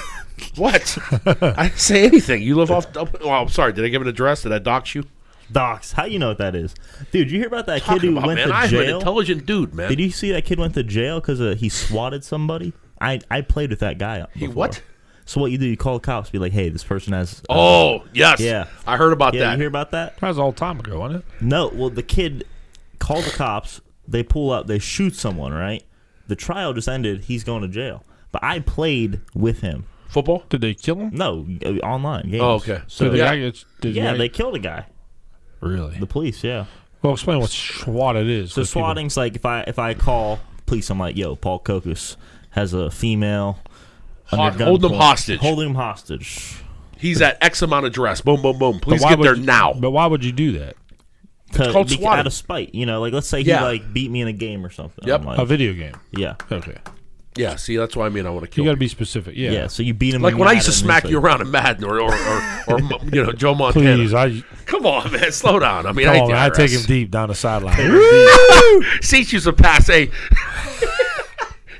Speaker 1: What? I didn't say anything. You live off Dublin. Oh, I'm sorry. Did I give an address? Did I dox you?
Speaker 2: Docs, how you know what that is? Dude, you hear about that kid
Speaker 1: Talking
Speaker 2: who
Speaker 1: about,
Speaker 2: went
Speaker 1: man.
Speaker 2: to
Speaker 1: I'm an
Speaker 2: jail?
Speaker 1: intelligent dude, man.
Speaker 2: Did you see that kid went to jail because uh, he swatted somebody? I I played with that guy.
Speaker 1: He
Speaker 2: before.
Speaker 1: what?
Speaker 2: So what you do? You call the cops. Be like, hey, this person has. uh,
Speaker 1: Oh yes,
Speaker 2: Yeah.
Speaker 1: I heard about
Speaker 2: yeah,
Speaker 1: that.
Speaker 2: you hear about that?
Speaker 3: That was all time ago, wasn't it?
Speaker 2: No. Well, the kid called the cops. They pull up. They shoot someone. Right. The trial just ended. He's going to jail. But I played with him.
Speaker 1: Football?
Speaker 3: Did they kill him?
Speaker 2: No, uh, online games.
Speaker 1: Oh, okay.
Speaker 2: So
Speaker 3: did the
Speaker 1: yeah.
Speaker 3: guy get? Did the
Speaker 2: yeah,
Speaker 3: guy-
Speaker 2: they killed a guy.
Speaker 3: really.
Speaker 2: The police. Yeah.
Speaker 3: well, explain what SWAT it is.
Speaker 2: So
Speaker 3: for people.
Speaker 2: swatting's like if I if I call police, I'm like, yo, Paul Kokus has a female
Speaker 1: Ho-
Speaker 2: under
Speaker 1: hold them
Speaker 2: gunpoint-
Speaker 1: hostage.
Speaker 2: Holding them hostage
Speaker 1: He's at X amount of dress. Boom, boom, boom. Please
Speaker 3: why
Speaker 1: get
Speaker 3: would
Speaker 1: there
Speaker 3: you-
Speaker 1: now.
Speaker 3: But why would you do that?
Speaker 2: to,
Speaker 1: called
Speaker 2: be,
Speaker 1: swatting.
Speaker 2: out of spite. You know, like let's say
Speaker 1: Yeah.
Speaker 2: he like beat me in a game or something.
Speaker 1: Yep.
Speaker 2: I'm
Speaker 3: A
Speaker 2: like,
Speaker 3: video game.
Speaker 2: yeah.
Speaker 3: Okay.
Speaker 1: Yeah, see, that's what I mean. I want to
Speaker 3: You
Speaker 1: kill.
Speaker 3: got
Speaker 1: You
Speaker 3: to be specific. Yeah.
Speaker 2: yeah, So you beat him.
Speaker 1: like
Speaker 2: in
Speaker 1: when I used to
Speaker 2: Madden,
Speaker 1: smack
Speaker 2: it's
Speaker 1: you
Speaker 2: like-
Speaker 1: around in Madden or or, or, or you know Joe Montana.
Speaker 3: Please, I
Speaker 1: Come on, man, slow down. I mean,
Speaker 3: come
Speaker 1: I,
Speaker 3: on, man, I take him
Speaker 1: digress.
Speaker 3: deep down the sideline.
Speaker 1: Woo! Seats used to pass a.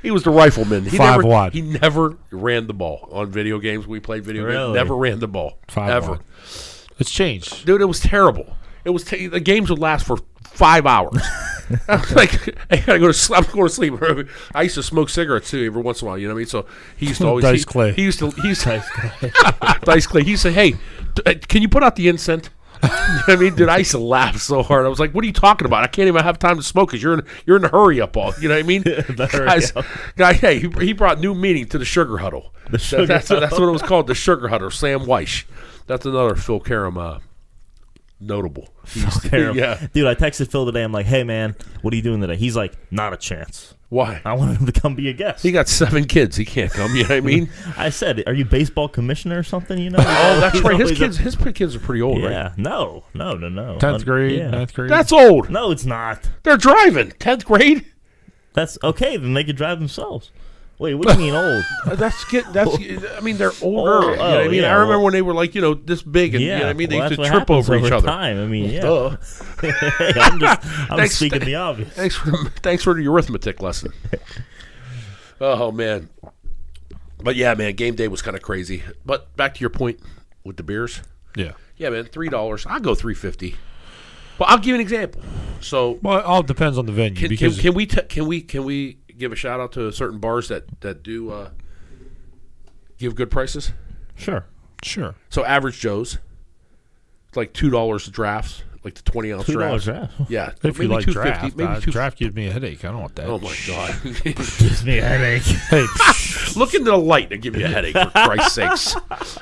Speaker 1: he was the rifleman. He
Speaker 3: Five
Speaker 1: never,
Speaker 3: wide.
Speaker 1: He never ran the ball on video games. We played video
Speaker 2: Really?
Speaker 1: games. Never ran the ball.
Speaker 3: Five
Speaker 1: ever,
Speaker 3: wide. It's changed.
Speaker 1: dude. It was terrible. It was t- the games would last for five hours. I was like I gotta go to sleep. I'm going to sleep. I used to smoke cigarettes too every once in a while. You know what I mean? So he used to always
Speaker 3: Dice
Speaker 1: he,
Speaker 3: Clay.
Speaker 1: He used to he used to, dice clay. He used to hey, d- uh, can you put out the incense? you know what I mean, dude, I used to laugh so hard. I was like, "What are you talking about? I can't even have time to smoke because you're in you're in a hurry up all." You know what I mean?
Speaker 2: hurry
Speaker 1: Guys, guy, hey, he, he brought new meaning to the sugar huddle. The
Speaker 2: sugar
Speaker 1: that's, that's what it was called, the sugar huddle. Sam Weish. That's another Phil Karam uh, notable. He used to-
Speaker 2: Terrible.
Speaker 1: yeah.
Speaker 2: Dude, I texted Phil today. I'm like, "Hey, man, what are you doing today?" He's like, "Not a chance.
Speaker 1: Why?
Speaker 2: I wanted him to come be a guest."
Speaker 1: He got seven kids. He can't come. You know what I mean?
Speaker 2: I said, "Are you baseball commissioner or something?" You know? oh,
Speaker 1: That's right. His kids, his kids are pretty old,
Speaker 2: Yeah.
Speaker 1: right?
Speaker 2: No. No. No. No.
Speaker 3: Tenth grade,
Speaker 2: Yeah.
Speaker 3: ninth grade.
Speaker 1: That's old.
Speaker 2: No, it's not.
Speaker 1: They're driving. Tenth grade.
Speaker 2: That's okay. Then they could drive themselves. Wait, what do you mean old?
Speaker 1: Uh, That's get. That's. I mean, they're older.
Speaker 2: Oh,
Speaker 1: you know what I
Speaker 2: oh,
Speaker 1: mean,
Speaker 2: yeah,
Speaker 1: I remember
Speaker 2: well-
Speaker 1: when they were like, you know, this big, and
Speaker 2: Yeah.
Speaker 1: you know what I mean, they
Speaker 2: well,
Speaker 1: used to
Speaker 2: that's what
Speaker 1: trip
Speaker 2: happens
Speaker 1: over, each other. Oh.
Speaker 2: Time. I mean, yeah.
Speaker 1: Duh.
Speaker 2: Hey, I'm just I'm
Speaker 1: Thanks.
Speaker 2: speaking the obvious.
Speaker 1: Thanks for thanks for the arithmetic lesson. oh man, but yeah, man, game day was kind of crazy. But back to your point with the beers.
Speaker 3: yeah.
Speaker 1: Yeah, man, three dollars. I'll go three fifty. But I'll give you an example. So
Speaker 3: Well, it all depends on the venue
Speaker 1: can, can,
Speaker 3: because
Speaker 1: can we t- can we can we give a shout out to certain bars that that do uh, give good prices?
Speaker 2: Sure.
Speaker 3: sure.
Speaker 1: So average Joe's, it's like two dollars drafts, like the twenty ounce
Speaker 2: Two dollars
Speaker 1: drafts.
Speaker 2: draft.
Speaker 1: Yeah,
Speaker 3: If you like
Speaker 1: $2.50,
Speaker 3: draft,
Speaker 1: maybe
Speaker 3: uh,
Speaker 1: two.
Speaker 3: draft gives me a headache. I don't want that.
Speaker 1: Oh my god!
Speaker 2: Gives me a headache.
Speaker 3: Hey,
Speaker 1: Look into the light and give you a headache for Christ's sakes.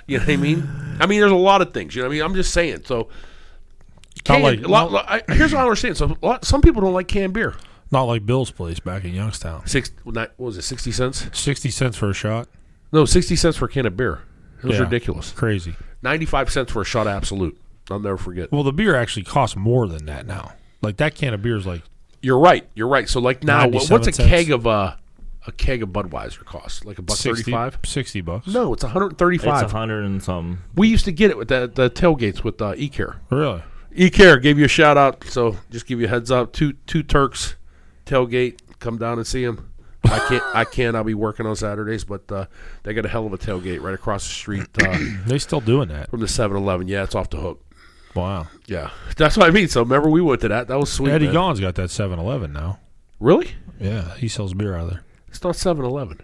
Speaker 1: You know what I mean? I mean, there's a lot of things. You know what I mean? I'm just saying. So.
Speaker 3: Not
Speaker 1: canned-
Speaker 3: like-
Speaker 1: a lot- I- here's what I understand. So, a lot, some people don't like canned beer.
Speaker 3: not like Bill's place back in Youngstown.
Speaker 1: Six, not, what was it? Sixty cents?
Speaker 3: Sixty cents for a shot.
Speaker 1: No, sixty cents for a can of beer. It was
Speaker 3: Yeah.
Speaker 1: ridiculous.
Speaker 3: Crazy.
Speaker 1: Ninety-five cents for a shot of absolute. I'll never forget.
Speaker 3: Well, the beer actually costs more than that now. Like that can of beer is like
Speaker 1: You're right. You're right. So like now, wha- what's a
Speaker 3: 97 cents.
Speaker 1: keg of uh, a keg of Budweiser cost? Like a buck
Speaker 3: 60,
Speaker 1: thirty-five?
Speaker 3: 60 bucks.
Speaker 1: No, it's one hundred
Speaker 2: It's a
Speaker 1: thirty-five.
Speaker 2: hundred and some.
Speaker 1: we used to get it with the, the tailgates with uh, eCare.
Speaker 3: Really?
Speaker 1: eCare gave you a shout out, so just give you a heads up. Two two Turks tailgate. Come down and see them. I can't. I can't. I'll be working on Saturdays, but uh, they got a hell of a tailgate right across the street uh,
Speaker 3: They still doing that.
Speaker 1: from the 7-Eleven. Yeah, it's off the hook.
Speaker 3: Wow.
Speaker 1: Yeah, that's what I mean. So remember, we went to that. That was sweet.
Speaker 3: Eddie
Speaker 1: man.
Speaker 3: Gaughan's got that 7-Eleven now.
Speaker 1: Really?
Speaker 3: Yeah, he sells beer out of there.
Speaker 1: It's not 7-Eleven.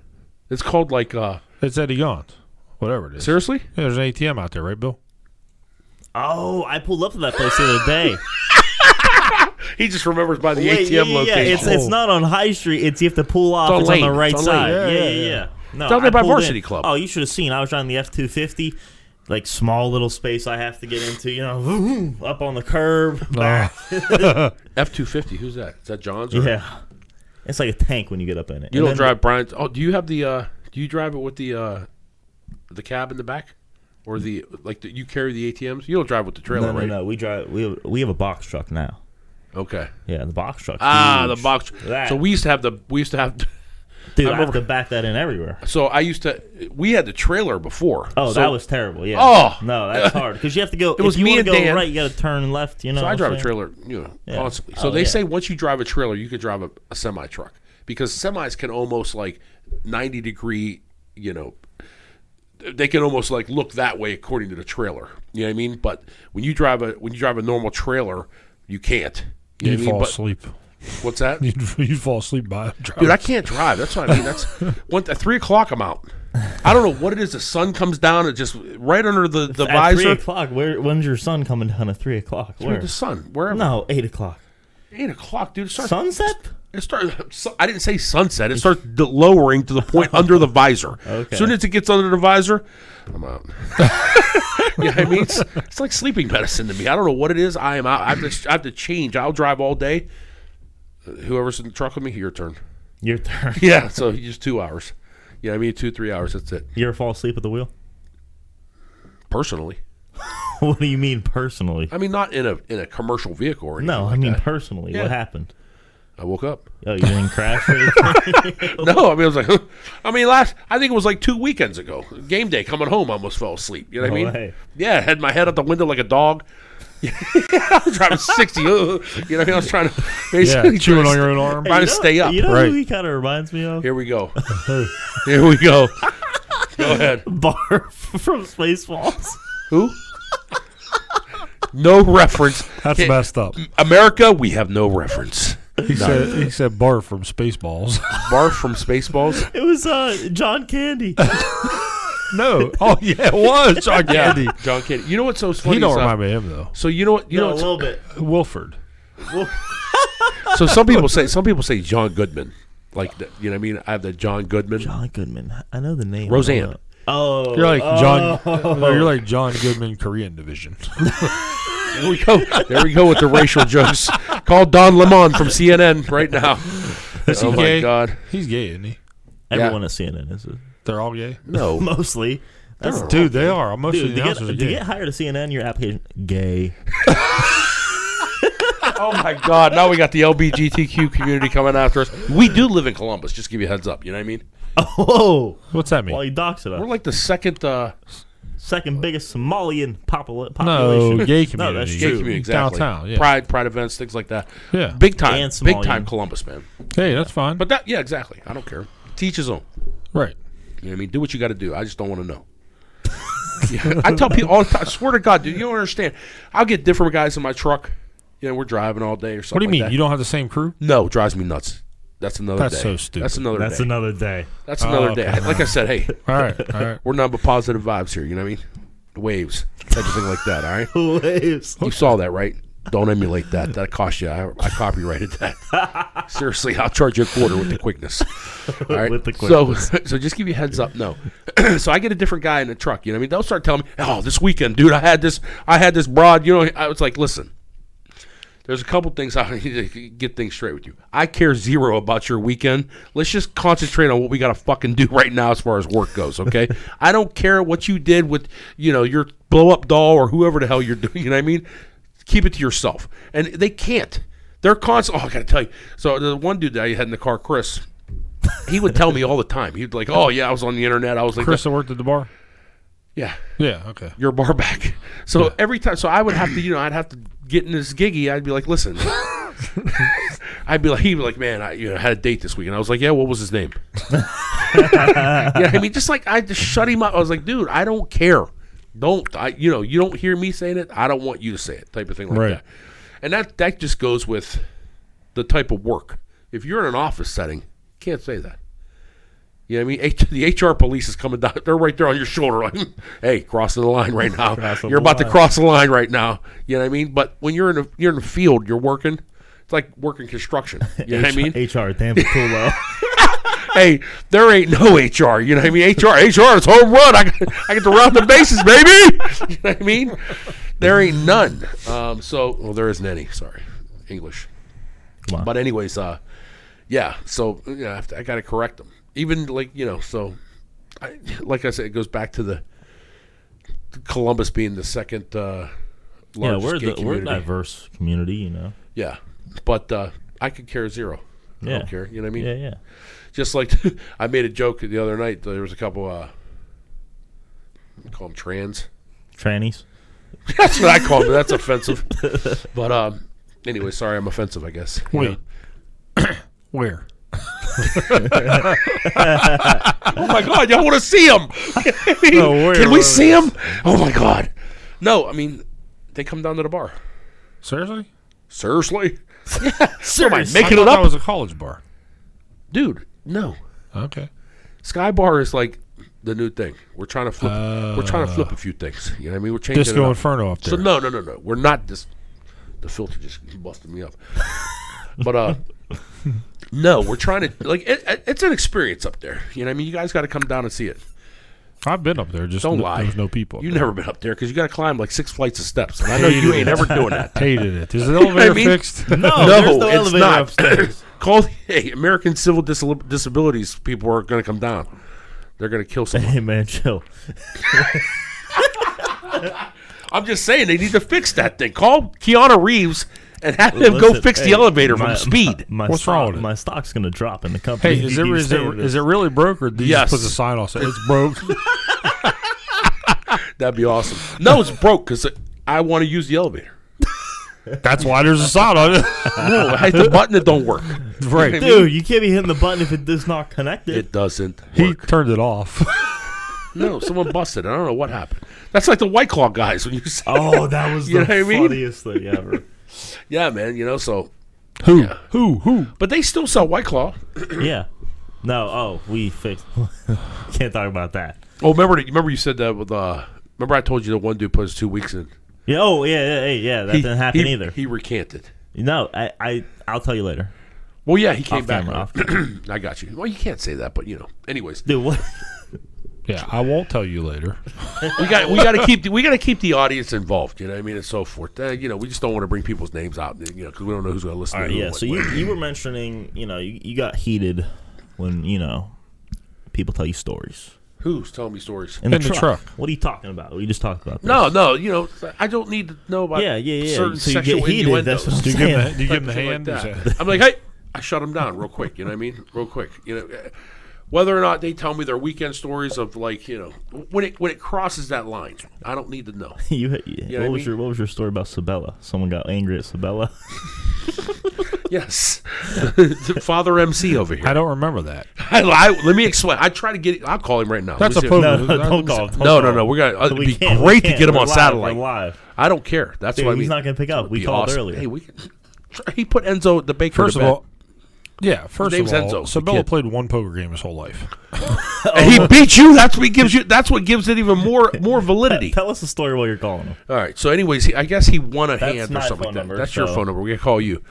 Speaker 1: It's called like uh,
Speaker 3: It's Eddie Gaughan's. Whatever it is.
Speaker 1: seriously.
Speaker 3: Yeah, there's an ATM out there, right, Bill?
Speaker 2: Oh, I pulled up to that place the other day.
Speaker 1: He just remembers by the
Speaker 2: Wait,
Speaker 1: ATM
Speaker 2: yeah, yeah, yeah,
Speaker 1: location. Oh.
Speaker 2: It's, it's not on High Street. It's you have to pull off.
Speaker 1: on
Speaker 2: It's,
Speaker 1: Lane.
Speaker 2: on the right
Speaker 1: It's on Lane.
Speaker 2: side.
Speaker 1: Yeah,
Speaker 2: Yeah, yeah,
Speaker 3: yeah,
Speaker 2: yeah.
Speaker 3: yeah.
Speaker 2: No,
Speaker 1: Down there
Speaker 2: I
Speaker 1: by
Speaker 2: pulled in.
Speaker 1: Varsity Club.
Speaker 2: Oh, you should have seen. I was driving the F two fifty, like small little space I have to get into. You know, vroom, up on the curb.
Speaker 1: F two fifty. Who's that? Is that John's? Or?
Speaker 2: Yeah, it's like a tank when you get up in it.
Speaker 1: You
Speaker 2: And
Speaker 1: don't
Speaker 2: then-
Speaker 1: drive Brian's. Oh, do you have the? uh Do you drive it with the uh the cab in the back, or the like? The, you carry the ATMs. You don't drive with the trailer,
Speaker 2: No, no,
Speaker 1: right?
Speaker 2: no. We drive. We have, we have a box truck now.
Speaker 1: Okay.
Speaker 2: Yeah, the box truck.
Speaker 1: Ah, the box.
Speaker 2: That.
Speaker 1: So we used to have the. We used to have.
Speaker 2: Dude,
Speaker 1: I
Speaker 2: I, have
Speaker 1: remember-
Speaker 2: to back that in everywhere.
Speaker 1: So I used to. We had the trailer before.
Speaker 2: Oh,
Speaker 1: So-
Speaker 2: that was terrible. Yeah.
Speaker 1: Oh!
Speaker 2: no, that's hard because you have to go. It
Speaker 1: was
Speaker 2: if you
Speaker 1: me
Speaker 2: wanna
Speaker 1: and
Speaker 2: go
Speaker 1: Dan.
Speaker 2: right, you got to turn left. You know,
Speaker 1: So
Speaker 2: what
Speaker 1: I
Speaker 2: I'm
Speaker 1: drive a
Speaker 2: saying?
Speaker 1: trailer, you know,
Speaker 2: Yeah.
Speaker 1: constantly. So
Speaker 2: Oh,
Speaker 1: they
Speaker 2: yeah.
Speaker 1: say once you drive a trailer, you could drive a, a semi truck because semis can almost like ninety degree, you know, they can almost like look that way according to the trailer. You know what I mean? But when you drive a when you drive a normal trailer, you can't. You know what I
Speaker 3: You'd
Speaker 1: mean?
Speaker 3: fall
Speaker 1: But-
Speaker 3: asleep.
Speaker 1: what's that?
Speaker 3: You'd, you'd fall asleep by
Speaker 1: Dude,
Speaker 3: driving.
Speaker 1: I can't drive. That's what I mean. That's one at three o'clock. I'm out. I don't know what it is. The sun comes down. It just right under the the
Speaker 2: At three
Speaker 1: visor.
Speaker 2: o'clock. Where? When's your son coming down at three o'clock? Where?
Speaker 1: The sun. Wherever.
Speaker 2: No, eight o'clock.
Speaker 1: Eight o'clock, dude. It starts
Speaker 2: Sunset.
Speaker 1: It starts. so- I didn't say sunset. It starts d- lowering to the point under the visor.
Speaker 2: Okay.
Speaker 1: Soon as it gets under the visor, I'm out. you know what I mean? It's, it's like sleeping medicine to me. I don't know what it is. I am out. I have to, I have to change. I'll drive all day. Whoever's in the truck with me, your turn.
Speaker 2: Your turn.
Speaker 1: Yeah. So you just two hours. Yeah, I mean two three hours. That's it.
Speaker 2: You ever fall asleep at the wheel?
Speaker 1: Personally,
Speaker 2: what do you mean personally?
Speaker 1: I mean not in a in a commercial vehicle or anything
Speaker 2: No,
Speaker 1: like
Speaker 2: I mean
Speaker 1: that.
Speaker 2: personally.
Speaker 1: Yeah.
Speaker 2: What happened?
Speaker 1: I woke up.
Speaker 2: Oh, you didn't crash or anything?
Speaker 1: No, I mean I was like, I mean last I think it was like two weekends ago, game day coming home, I almost fell asleep. You know what I
Speaker 2: No
Speaker 1: mean?
Speaker 2: way.
Speaker 1: Yeah, I had my head out the window like a dog. I was driving sixty. uh, you know what I mean? I was trying to basically
Speaker 3: Yeah, chewing
Speaker 1: trying
Speaker 3: on
Speaker 1: to-
Speaker 3: your own arm.
Speaker 1: Trying to
Speaker 2: You know-
Speaker 1: stay up.
Speaker 2: You know
Speaker 3: Right.
Speaker 2: who he kind of reminds me of?
Speaker 1: Here we go. Here we go. Go ahead.
Speaker 2: Barf from Spaceballs.
Speaker 1: Who? No reference.
Speaker 3: That's
Speaker 1: Can't-
Speaker 3: messed up.
Speaker 1: America, we have no reference.
Speaker 3: He said he said barf from Spaceballs.
Speaker 1: Barf from Spaceballs.
Speaker 2: It was uh, John Candy.
Speaker 3: no. Oh yeah, it was John Candy.
Speaker 1: John Candy. You know what's so funny?
Speaker 3: He don't
Speaker 1: is, uh,
Speaker 3: remind me of him though.
Speaker 1: So you know what? You know. what's-
Speaker 2: bit.
Speaker 3: Wilford.
Speaker 1: So some people say some people say John Goodman, like the, you know what I mean. I have the John Goodman.
Speaker 2: John Goodman. I know the name.
Speaker 1: Roseanne.
Speaker 2: I don't know. Oh,
Speaker 3: You're like
Speaker 2: oh.
Speaker 3: John. No, you're like John Goodman, Korean division.
Speaker 1: There we go. There we go with the racial jokes. Call Don Lemon from CNN right now. oh my
Speaker 3: gay?
Speaker 1: God.
Speaker 3: He's gay, isn't he?
Speaker 2: Everyone at CNN is
Speaker 3: They're all gay.
Speaker 1: No.
Speaker 2: mostly. That's
Speaker 3: Dude, they are. Most
Speaker 2: Dude,
Speaker 3: of
Speaker 2: to
Speaker 3: the
Speaker 2: get,
Speaker 3: announcers
Speaker 2: to
Speaker 3: are gay.
Speaker 2: get hired at CNN, your application gay.
Speaker 1: Oh my God. Now we got the LBGTQ community coming after us. We do live in Columbus. Just give you a heads up. You know what I mean?
Speaker 2: Oh,
Speaker 3: What's that mean?
Speaker 2: well, he docks it up.
Speaker 1: We're like the second. uh
Speaker 2: Second biggest Somalian popula- population.
Speaker 3: no, gay community.
Speaker 2: No, that's
Speaker 1: Gay
Speaker 2: Dude,
Speaker 1: community, exactly.
Speaker 3: Downtown, yeah.
Speaker 1: Pride, pride events, things like that.
Speaker 3: Yeah.
Speaker 1: Big time,
Speaker 2: And
Speaker 1: big
Speaker 2: Somalian.
Speaker 1: time Columbus, man.
Speaker 3: Hey, that's fine.
Speaker 1: But that, yeah, exactly. I don't care. Teach his own.
Speaker 3: right.
Speaker 1: You know what I mean? Do what you got to do. I just don't want to know. Yeah, I tell people all the time. I swear to God, dude, you don't understand. I'll get different guys in my truck. You know, we're driving all day or something.
Speaker 3: What do you mean?
Speaker 1: like
Speaker 3: You
Speaker 1: that.
Speaker 3: don't have the same crew?
Speaker 1: No, it drives me nuts. That's another
Speaker 3: That's
Speaker 1: day.
Speaker 3: so stupid.
Speaker 1: That's another
Speaker 2: That's
Speaker 1: day.
Speaker 2: another day.
Speaker 1: That's another
Speaker 3: Oh,
Speaker 1: day.
Speaker 3: okay.
Speaker 1: Like I said, hey,
Speaker 3: All right. All right.
Speaker 1: we're none but positive vibes here. You know what I mean? Waves, everything like that. All right.
Speaker 2: Waves.
Speaker 1: You saw that, right? Don't emulate that. That cost you. I, I copyrighted that. Seriously, I'll charge you a quarter with the quickness. All right.
Speaker 2: With the
Speaker 1: So, so just give you a heads up. No. so I get a different guy in the truck. You know what I mean? They'll start telling me, "Oh, this weekend, dude, I had this. I had this broad. You know, I was like, listen." There's a couple things I need to get things straight with you. I care zero about your weekend. Let's just concentrate on what we got to fucking do right now as far as work goes, okay? I don't care what you did with, you know, your blow up doll or whoever the hell you're doing, you know what I mean? Keep it to yourself. And they can't. They're constant. Oh, I got to tell you. So the one dude that I had in the car, Chris, he would tell me all the time. He'd like, oh, yeah, I was on the internet. I was like,
Speaker 3: Chris that worked at the bar?
Speaker 1: yeah
Speaker 3: Yeah, okay.
Speaker 1: your bar back. So every time, so I would have to, you know, I'd have to get in this giggy. I'd be like, listen, I'd be like, he'd be like, man, I, you know, had a date this week, and I was like, yeah, what was his name? yeah, I mean, just like I just shut him up. I was like, dude, I don't care. Don't I? You know, you don't hear me saying it. I don't want you to say it. Type of thing like
Speaker 3: Right.
Speaker 1: that. And that that just goes with the type of work. If you're in an office setting, can't say that. You know what I mean? H- the HR police is coming down. They're right there on your shoulder, like, "Hey, crossing the line right now.
Speaker 2: Crossing
Speaker 1: you're
Speaker 2: the
Speaker 1: about to
Speaker 2: line."
Speaker 1: cross the line right now." You know what I mean? But when you're in a you're in the field, you're working. It's like working construction. You know what I mean?
Speaker 2: HR, damn it, cool though.
Speaker 1: hey, there ain't no HR. You know what I mean? HR, HR, it's home run. I, got- I get to round the bases, baby. You know what I mean? There ain't none. Um, so, well, there isn't any. Sorry, English.
Speaker 2: Come on.
Speaker 1: But anyways, uh, yeah. So yeah, I, have to- I got to correct them. Even like you know, so I, like I said, it goes back to the Columbus being the second uh,
Speaker 2: yeah,
Speaker 1: largest
Speaker 2: we're
Speaker 1: gay
Speaker 2: the, we're a
Speaker 1: community.
Speaker 2: diverse community, you know.
Speaker 1: yeah, but uh, I could care zero. I
Speaker 2: Yeah.
Speaker 1: don't care. You know what I mean?
Speaker 2: Yeah, yeah.
Speaker 1: just like I made a joke the other night. There was a couple. Uh, I call them trans.
Speaker 2: Trannies.
Speaker 1: That's what I call them. That's offensive. But um, anyway, sorry, I'm offensive. I guess. You
Speaker 3: Wait.
Speaker 1: know?
Speaker 3: Where?
Speaker 1: Oh my God, y'all want to see them?
Speaker 3: No, where-
Speaker 1: Can
Speaker 3: where-
Speaker 1: we see them? Oh my God. No, I mean, they come down to the bar.
Speaker 3: Seriously?
Speaker 1: Seriously,
Speaker 2: Seriously.
Speaker 1: making
Speaker 3: I
Speaker 1: it
Speaker 3: thought That
Speaker 1: up?
Speaker 3: was a college bar.
Speaker 1: dude. No,
Speaker 3: Okay.
Speaker 1: Sky Bar is like the new thing. We're trying to flip. we're trying
Speaker 3: Uh.
Speaker 1: to flip a few things. You know what I mean? We're changing. it
Speaker 3: Disco
Speaker 1: up.
Speaker 3: Inferno up
Speaker 1: So
Speaker 3: there.
Speaker 1: no, no, no, no. We're not this. The filter just busted me up. but uh, no, we're trying to like it, it- it's an experience up there. You know, what I mean, you guys got to come down and see it.
Speaker 3: I've been up there. Just
Speaker 1: Don't
Speaker 3: no,
Speaker 1: lie.
Speaker 3: There was no people.
Speaker 1: You've never been up there because you got to climb like six flights of steps, and I know you ain't ever doing that.
Speaker 3: hated it. Is the elevator
Speaker 1: I mean-
Speaker 3: fixed?
Speaker 2: No, Oh, there's no elevator upstairs.
Speaker 1: Call the hey, American Civil Disil- Disabilities people are going to come down. they're gonna kill someone.
Speaker 2: Hey man, chill.
Speaker 1: I'm just saying they need to fix that thing. Call Keanu Reeves and have him go
Speaker 2: Listen,
Speaker 1: fix
Speaker 2: hey,
Speaker 1: the elevator
Speaker 2: my-
Speaker 1: from speed.
Speaker 2: My, my
Speaker 3: What's
Speaker 2: stock-
Speaker 3: wrong with it?
Speaker 2: My stock's gonna drop in the company.
Speaker 3: Hey,
Speaker 2: if
Speaker 3: is
Speaker 2: you
Speaker 3: it,
Speaker 2: keep
Speaker 3: is,
Speaker 2: saying
Speaker 3: it,
Speaker 2: this.
Speaker 3: is it really broke or did you
Speaker 1: Yes.
Speaker 3: just put the sign off? saying It's broke.
Speaker 1: That'd be awesome. No, it's broke because I want to use the elevator.
Speaker 3: That's why there's a sign on it.
Speaker 1: No, I hit the button that don't work.
Speaker 3: right.
Speaker 1: I mean,
Speaker 2: Dude, you can't be hitting the button if it does not connect it.
Speaker 1: It doesn't
Speaker 3: He
Speaker 1: work.
Speaker 3: turned it off.
Speaker 1: no, someone busted. it. I don't know what happened. That's like the White Claw guys when you. Say,
Speaker 2: oh, that was
Speaker 1: You know
Speaker 2: the
Speaker 1: what I mean?
Speaker 2: funniest thing ever.
Speaker 1: yeah, man. You know so,
Speaker 3: Who? Who? Who?
Speaker 1: but they still sell White Claw.
Speaker 2: yeah. No. Oh, we fixed. can't talk about that.
Speaker 1: Oh, remember? that- Remember you said that with uh. Remember I told you the one dude put his two weeks in.
Speaker 2: Yeah. Oh, yeah. Yeah. yeah, yeah that didn't happen
Speaker 1: he-
Speaker 2: either.
Speaker 1: He recanted.
Speaker 2: no. I. I. I'll tell you later.
Speaker 1: Well, yeah, he came
Speaker 2: Off
Speaker 1: back.
Speaker 2: camera.
Speaker 1: on
Speaker 2: Off
Speaker 1: it. I got you. Well, you can't say that, but you know. Anyways,
Speaker 2: Dude, what?
Speaker 3: Yeah, I won't tell you later.
Speaker 1: we got we got to keep the, we got to keep the audience involved. You know what I mean, and so forth. Uh, you know, we just don't want to bring people's names out. You know, because we don't know who's going to listen. to
Speaker 2: All right,
Speaker 1: who
Speaker 2: yeah.
Speaker 1: and
Speaker 2: So
Speaker 1: what-
Speaker 2: you, you were mentioning, you know, you, you got heated when you know people tell you stories
Speaker 1: who's telling me stories?
Speaker 2: in the,
Speaker 3: In the
Speaker 2: truck.
Speaker 3: truck.
Speaker 2: What are you talking about? We just talked about. This.
Speaker 1: No, no. You know, I don't need to know about
Speaker 2: Yeah, yeah, yeah.
Speaker 1: certain
Speaker 2: so you
Speaker 1: sexual
Speaker 2: get heated. That's
Speaker 1: innuendos.
Speaker 2: what I'm
Speaker 3: Do
Speaker 2: saying.
Speaker 3: you give him the, do you give him the
Speaker 1: Shit like
Speaker 3: hand?
Speaker 1: that.
Speaker 3: Is that-
Speaker 1: I'm like, hey, I shut them down real quick. You know what I mean? Real quick. You know, uh, whether or not they tell me their weekend stories of like, you know, when it when it crosses that line, I don't need to know.
Speaker 2: you,
Speaker 1: know
Speaker 2: what,
Speaker 1: what I
Speaker 2: was
Speaker 1: mean?
Speaker 2: your What was your story about Sabella? Someone got angry at Sabella.
Speaker 1: Yes, Father MC over here.
Speaker 3: I don't remember that.
Speaker 1: I, I- let me explain. I try to get. I'll call him right now.
Speaker 3: That's
Speaker 1: Let me
Speaker 3: a
Speaker 1: see if-
Speaker 3: No,
Speaker 2: no,
Speaker 3: no,
Speaker 2: no, don't call. Don't
Speaker 1: No,
Speaker 2: call.
Speaker 1: no, no. We're gonna. uh, It'd
Speaker 2: We
Speaker 1: be
Speaker 2: can't- we
Speaker 1: great to
Speaker 2: can't.
Speaker 1: get him
Speaker 2: We're
Speaker 1: on
Speaker 2: live,
Speaker 1: satellite.
Speaker 2: We're live.
Speaker 1: I don't care. That's
Speaker 2: Dude,
Speaker 1: what I mean.
Speaker 2: he's not gonna pick up. We
Speaker 1: Be
Speaker 2: called
Speaker 1: awesome.
Speaker 2: earlier.
Speaker 1: Hey, we can. He put Enzo the baker.
Speaker 3: First
Speaker 1: to
Speaker 3: of
Speaker 1: bed.
Speaker 3: all, yeah. First
Speaker 1: name's
Speaker 3: of all,
Speaker 1: Enzo, the
Speaker 3: Sabella
Speaker 1: kid.
Speaker 3: played one poker game his whole life.
Speaker 1: and
Speaker 2: oh.
Speaker 1: he beat you. That's what gives you. That's what gives it even more more validity.
Speaker 2: Tell us the story while you're calling him.
Speaker 1: All right. So, anyways, he, I guess he won a hand or
Speaker 2: my
Speaker 1: something
Speaker 2: phone
Speaker 1: like that.
Speaker 2: number,
Speaker 1: That's your
Speaker 2: so-
Speaker 1: phone number. We're gonna call you.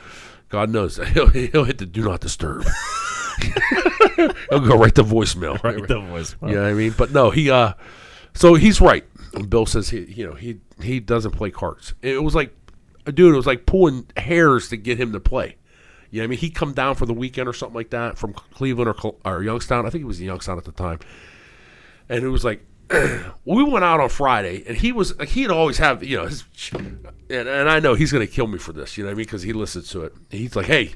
Speaker 1: God knows he'll, he'll hit the do not disturb. he'll go right to voicemail.
Speaker 2: Right, the voice.
Speaker 1: You know what I mean? But no, he uh so he's right. Bill says he you know, he he doesn't play cards. It was like dude, it was like pulling hairs to get him to play. You know what I mean? He come down for the weekend or something like that from Cleveland or Col- or Youngstown. I think he was in Youngstown at the time. And it was like we went out on Friday and he was like, he'd always have, you know, his, and, and I know he's going to kill me for this, you know what I mean? Because he listens to it. He's like, hey,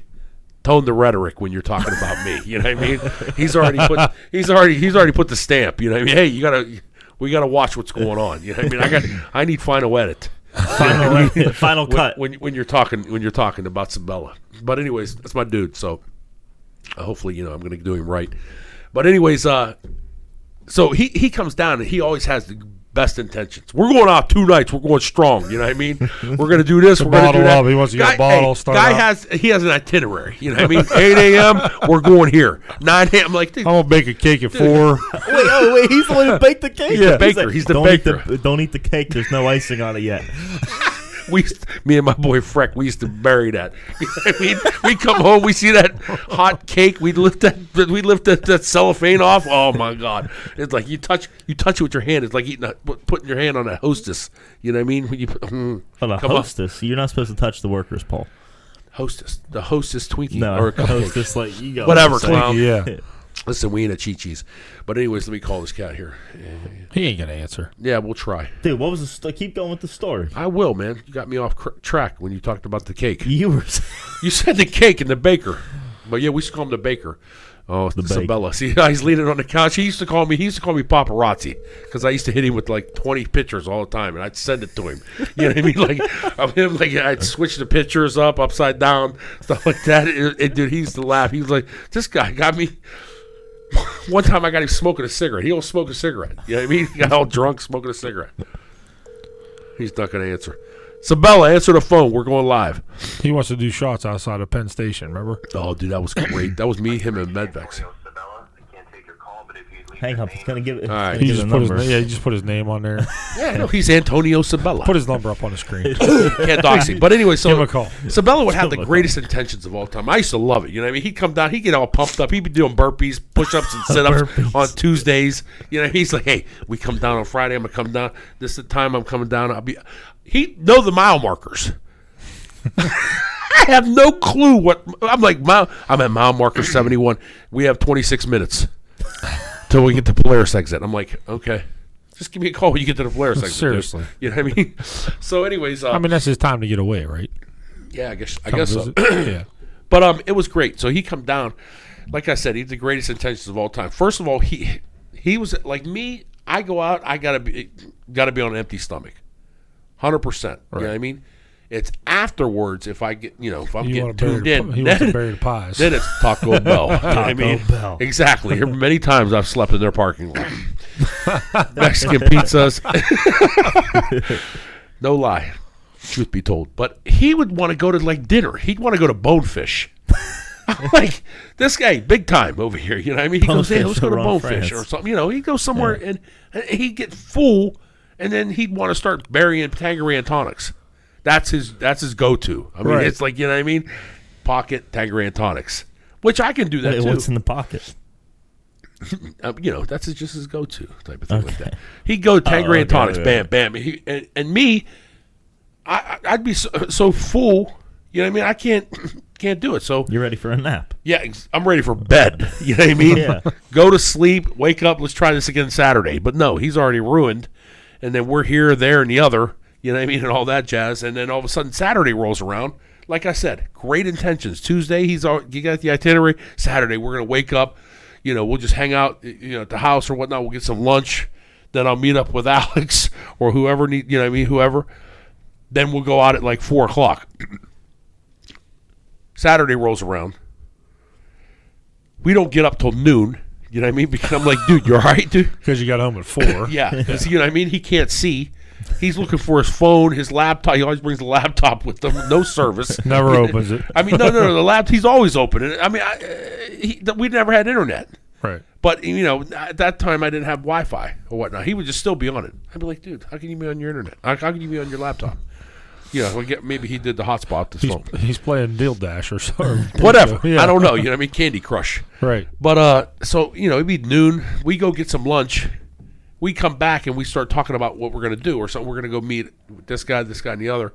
Speaker 1: tone the rhetoric when you're talking about me. You know what I mean? He's already put he's already he's already put the stamp. You know what I mean? Hey, you gotta we gotta watch what's going on. You know what I mean? I got I need final edit
Speaker 2: Final, final
Speaker 1: when,
Speaker 2: cut.
Speaker 1: when when you're talking when you're talking about Sabella. But anyways, that's my dude. So uh, hopefully you know I'm gonna do him right. But anyways, uh, so he he comes down and he always has the best intentions. We're going out two nights. We're going strong. You know what I mean? We're gonna do this. we're gonna do
Speaker 3: bottle
Speaker 1: that.
Speaker 3: up. He wants to get a bottle, start
Speaker 1: guy
Speaker 3: out.
Speaker 1: has he has an itinerary. You know what I mean? Eight a.m. We're going here. Nine a.m. I'm Like dude,
Speaker 3: I'm gonna bake a cake at four.
Speaker 2: wait, oh wait, he's the one who baked the cake.
Speaker 1: the baker, he's the
Speaker 2: don't Eat
Speaker 1: baker."
Speaker 2: the, don't eat the cake. There's no icing on it yet.
Speaker 1: we used me and my boy Freck, we used to bury that. I mean, we come home, we see that hot cake, we lift that, we lift that, that cellophane off. Oh my god! It's like you touch, you touch it with your hand. It's like eating, a, put- putting your hand on a hostess. You know what I mean? When you put- mm,
Speaker 2: On a
Speaker 1: Come on.
Speaker 2: Oh, hostess, you're not supposed to touch the workers, Paul.
Speaker 1: hostess, the hostess Twinkie
Speaker 2: No,
Speaker 1: or a cupcake.
Speaker 2: hostess, like you go.
Speaker 1: Whatever,
Speaker 2: Say-
Speaker 1: clown.
Speaker 3: yeah.
Speaker 1: Listen, we ain't a Chi Chi's, but anyways, let me call this cat here.
Speaker 3: He ain't gonna answer.
Speaker 1: Yeah, we'll try.
Speaker 2: Dude, what was the sto- keep going with the story?
Speaker 1: I will, man. You got me off cr- track when you talked about the cake.
Speaker 2: You were
Speaker 1: You said the cake and the baker. But yeah, we used to call him the baker. Oh, the
Speaker 2: baker.
Speaker 1: Isabella. See how he's leaning on the couch. He used to call me. He used to call me paparazzi because I used to hit him with like twenty pictures all the time, and I'd send it to him. You know what I mean? Like of him, like I'd switch the pictures up, upside down, stuff like that. It, it- dude, he used to laugh. He was like, "This guy got me." One time, I got him smoking a cigarette. He don't smoke a cigarette. You know what I mean? He got all drunk smoking a cigarette. He's not gonna answer. Sabella, answer the phone. We're going live.
Speaker 3: He wants to do shots outside of Penn Station. Remember?
Speaker 1: Oh, dude, that was great. That was me, him, and Medvex.
Speaker 4: Julio Sabella. I can't take your call, but if you'd leave
Speaker 2: hang
Speaker 4: your
Speaker 2: up. It's gonna give it.
Speaker 1: All right.
Speaker 2: Right.
Speaker 3: He
Speaker 2: Give it a
Speaker 3: just put his
Speaker 2: number.
Speaker 3: na- yeah. He just put his name on there.
Speaker 1: Yeah, no, he's Antonio Sabella.
Speaker 3: Put his number up on the screen.
Speaker 1: Can't dox him. But anyway, so
Speaker 3: Give him a call.
Speaker 1: Sabella would have
Speaker 2: Give him
Speaker 1: the
Speaker 2: a
Speaker 1: greatest intentions of all time. I used to love it. You know what I mean? He'd come down, he'd get all pumped up. He'd be doing burpees, push ups, and sit ups
Speaker 2: Burpees.
Speaker 1: on Tuesdays. You know, he's like, hey, we come down on Friday. I'm going to come down. This is the time I'm coming down. I'll be. He know the mile markers. I have no clue what. I'm like, mile, I'm at mile marker 71. We have 26 minutes. till we get to Polaris exit. I'm like, okay, just give me a call when you get to the Polaris exit. dude."
Speaker 3: Seriously.
Speaker 1: you know what I mean? so, anyways, uh,
Speaker 3: I mean, that's his time to get away, right?
Speaker 1: yeah, I guess I
Speaker 3: Come
Speaker 1: guess so.
Speaker 3: visit. yeah.
Speaker 1: But um, it was great. So he come down. Like I said, he's the greatest intentions of all time. First of all, he he was like me. I go out. I gotta be gotta be on an empty stomach, hundred percent. You know what I mean? It's afterwards if I get you know if I'm
Speaker 3: You
Speaker 1: getting
Speaker 3: want to bury
Speaker 1: tuned
Speaker 3: the,
Speaker 1: in.
Speaker 3: pi- he wants to
Speaker 1: then-
Speaker 3: bury the pies.
Speaker 1: then it's Taco Bell. You know what I
Speaker 2: Taco
Speaker 1: mean?
Speaker 2: Bell.
Speaker 1: Exactly. There were Many times I've slept in their parking lot. Mexican pizzas. no lie. Truth be told. But he would want to go to like dinner. He'd want to go to Bonefish. like this guy, big time over here. You know what I mean? He goes, hey,
Speaker 2: Bonefish
Speaker 1: let's go to
Speaker 2: over on
Speaker 1: Bonefish
Speaker 2: France.
Speaker 1: or something. You know, he'd go somewhere and and he'd get full and then he'd want to start burying Tangerine tonics. That's his that's his go to. I mean
Speaker 3: Right.
Speaker 1: it's like you know what I mean? Pocket Tangerine tonics. Which I can do that
Speaker 2: Wait,
Speaker 1: too
Speaker 2: what's in the pocket?
Speaker 1: um, you know, that's his, just his go-to type of thing like that. He'd go Tangerine
Speaker 2: Oh, okay,
Speaker 1: tonics,
Speaker 2: okay,
Speaker 1: bam, bam. He, and, and me, I, I- I'd be so, so full. You know what I mean? I can't can't do it. So
Speaker 2: You're ready for a nap.
Speaker 1: yeah, ex- I'm ready for bed. You know what I mean?
Speaker 2: Yeah.
Speaker 1: Go to sleep, wake up. Let's try this again Saturday. But no, he's already ruined. And then we're here, there, and the other. You know what I mean? And all that jazz. And then all of a sudden, Saturday rolls around. Like I said, great intentions. Tuesday, he's all you got the itinerary. Saturday, we're gonna wake up. You know, we'll just hang out. y- You know, at the house or whatnot. We'll get some lunch. Then I'll meet up with Alex or whoever need. You know what I mean? Whoever. Then we'll go out at like four o'clock. Saturday rolls around we don't get up till noon. You know what I mean? Because I'm like, dude, you're all right, dude.
Speaker 3: Because you got home at four.
Speaker 1: Yeah, 'cause you know what I mean. He can't see. He's looking for his phone, his laptop. He always brings the laptop with him. No service.
Speaker 3: Never opens it.
Speaker 1: I mean, no, no, no. The laptop. He's always opening it. I mean, I, uh, he, th- we never had internet.
Speaker 3: Right.
Speaker 1: But you know, at that time I didn't have Wi-Fi or whatnot. He would just still be on it. I'd be like, dude, how can you be on your internet? How, how can you be on your laptop? You know, we get- maybe he did the hotspot this
Speaker 3: He's,
Speaker 1: phone.
Speaker 3: he's playing Deal Dash or something.
Speaker 1: Whatever.
Speaker 3: Yeah.
Speaker 1: I don't know. You know, what I mean, Candy Crush.
Speaker 3: Right.
Speaker 1: But uh, so you know, it'd be noon. We go get some lunch. We come back and we start talking about what we're gonna do or something. We're gonna go meet this guy, this guy, and the other.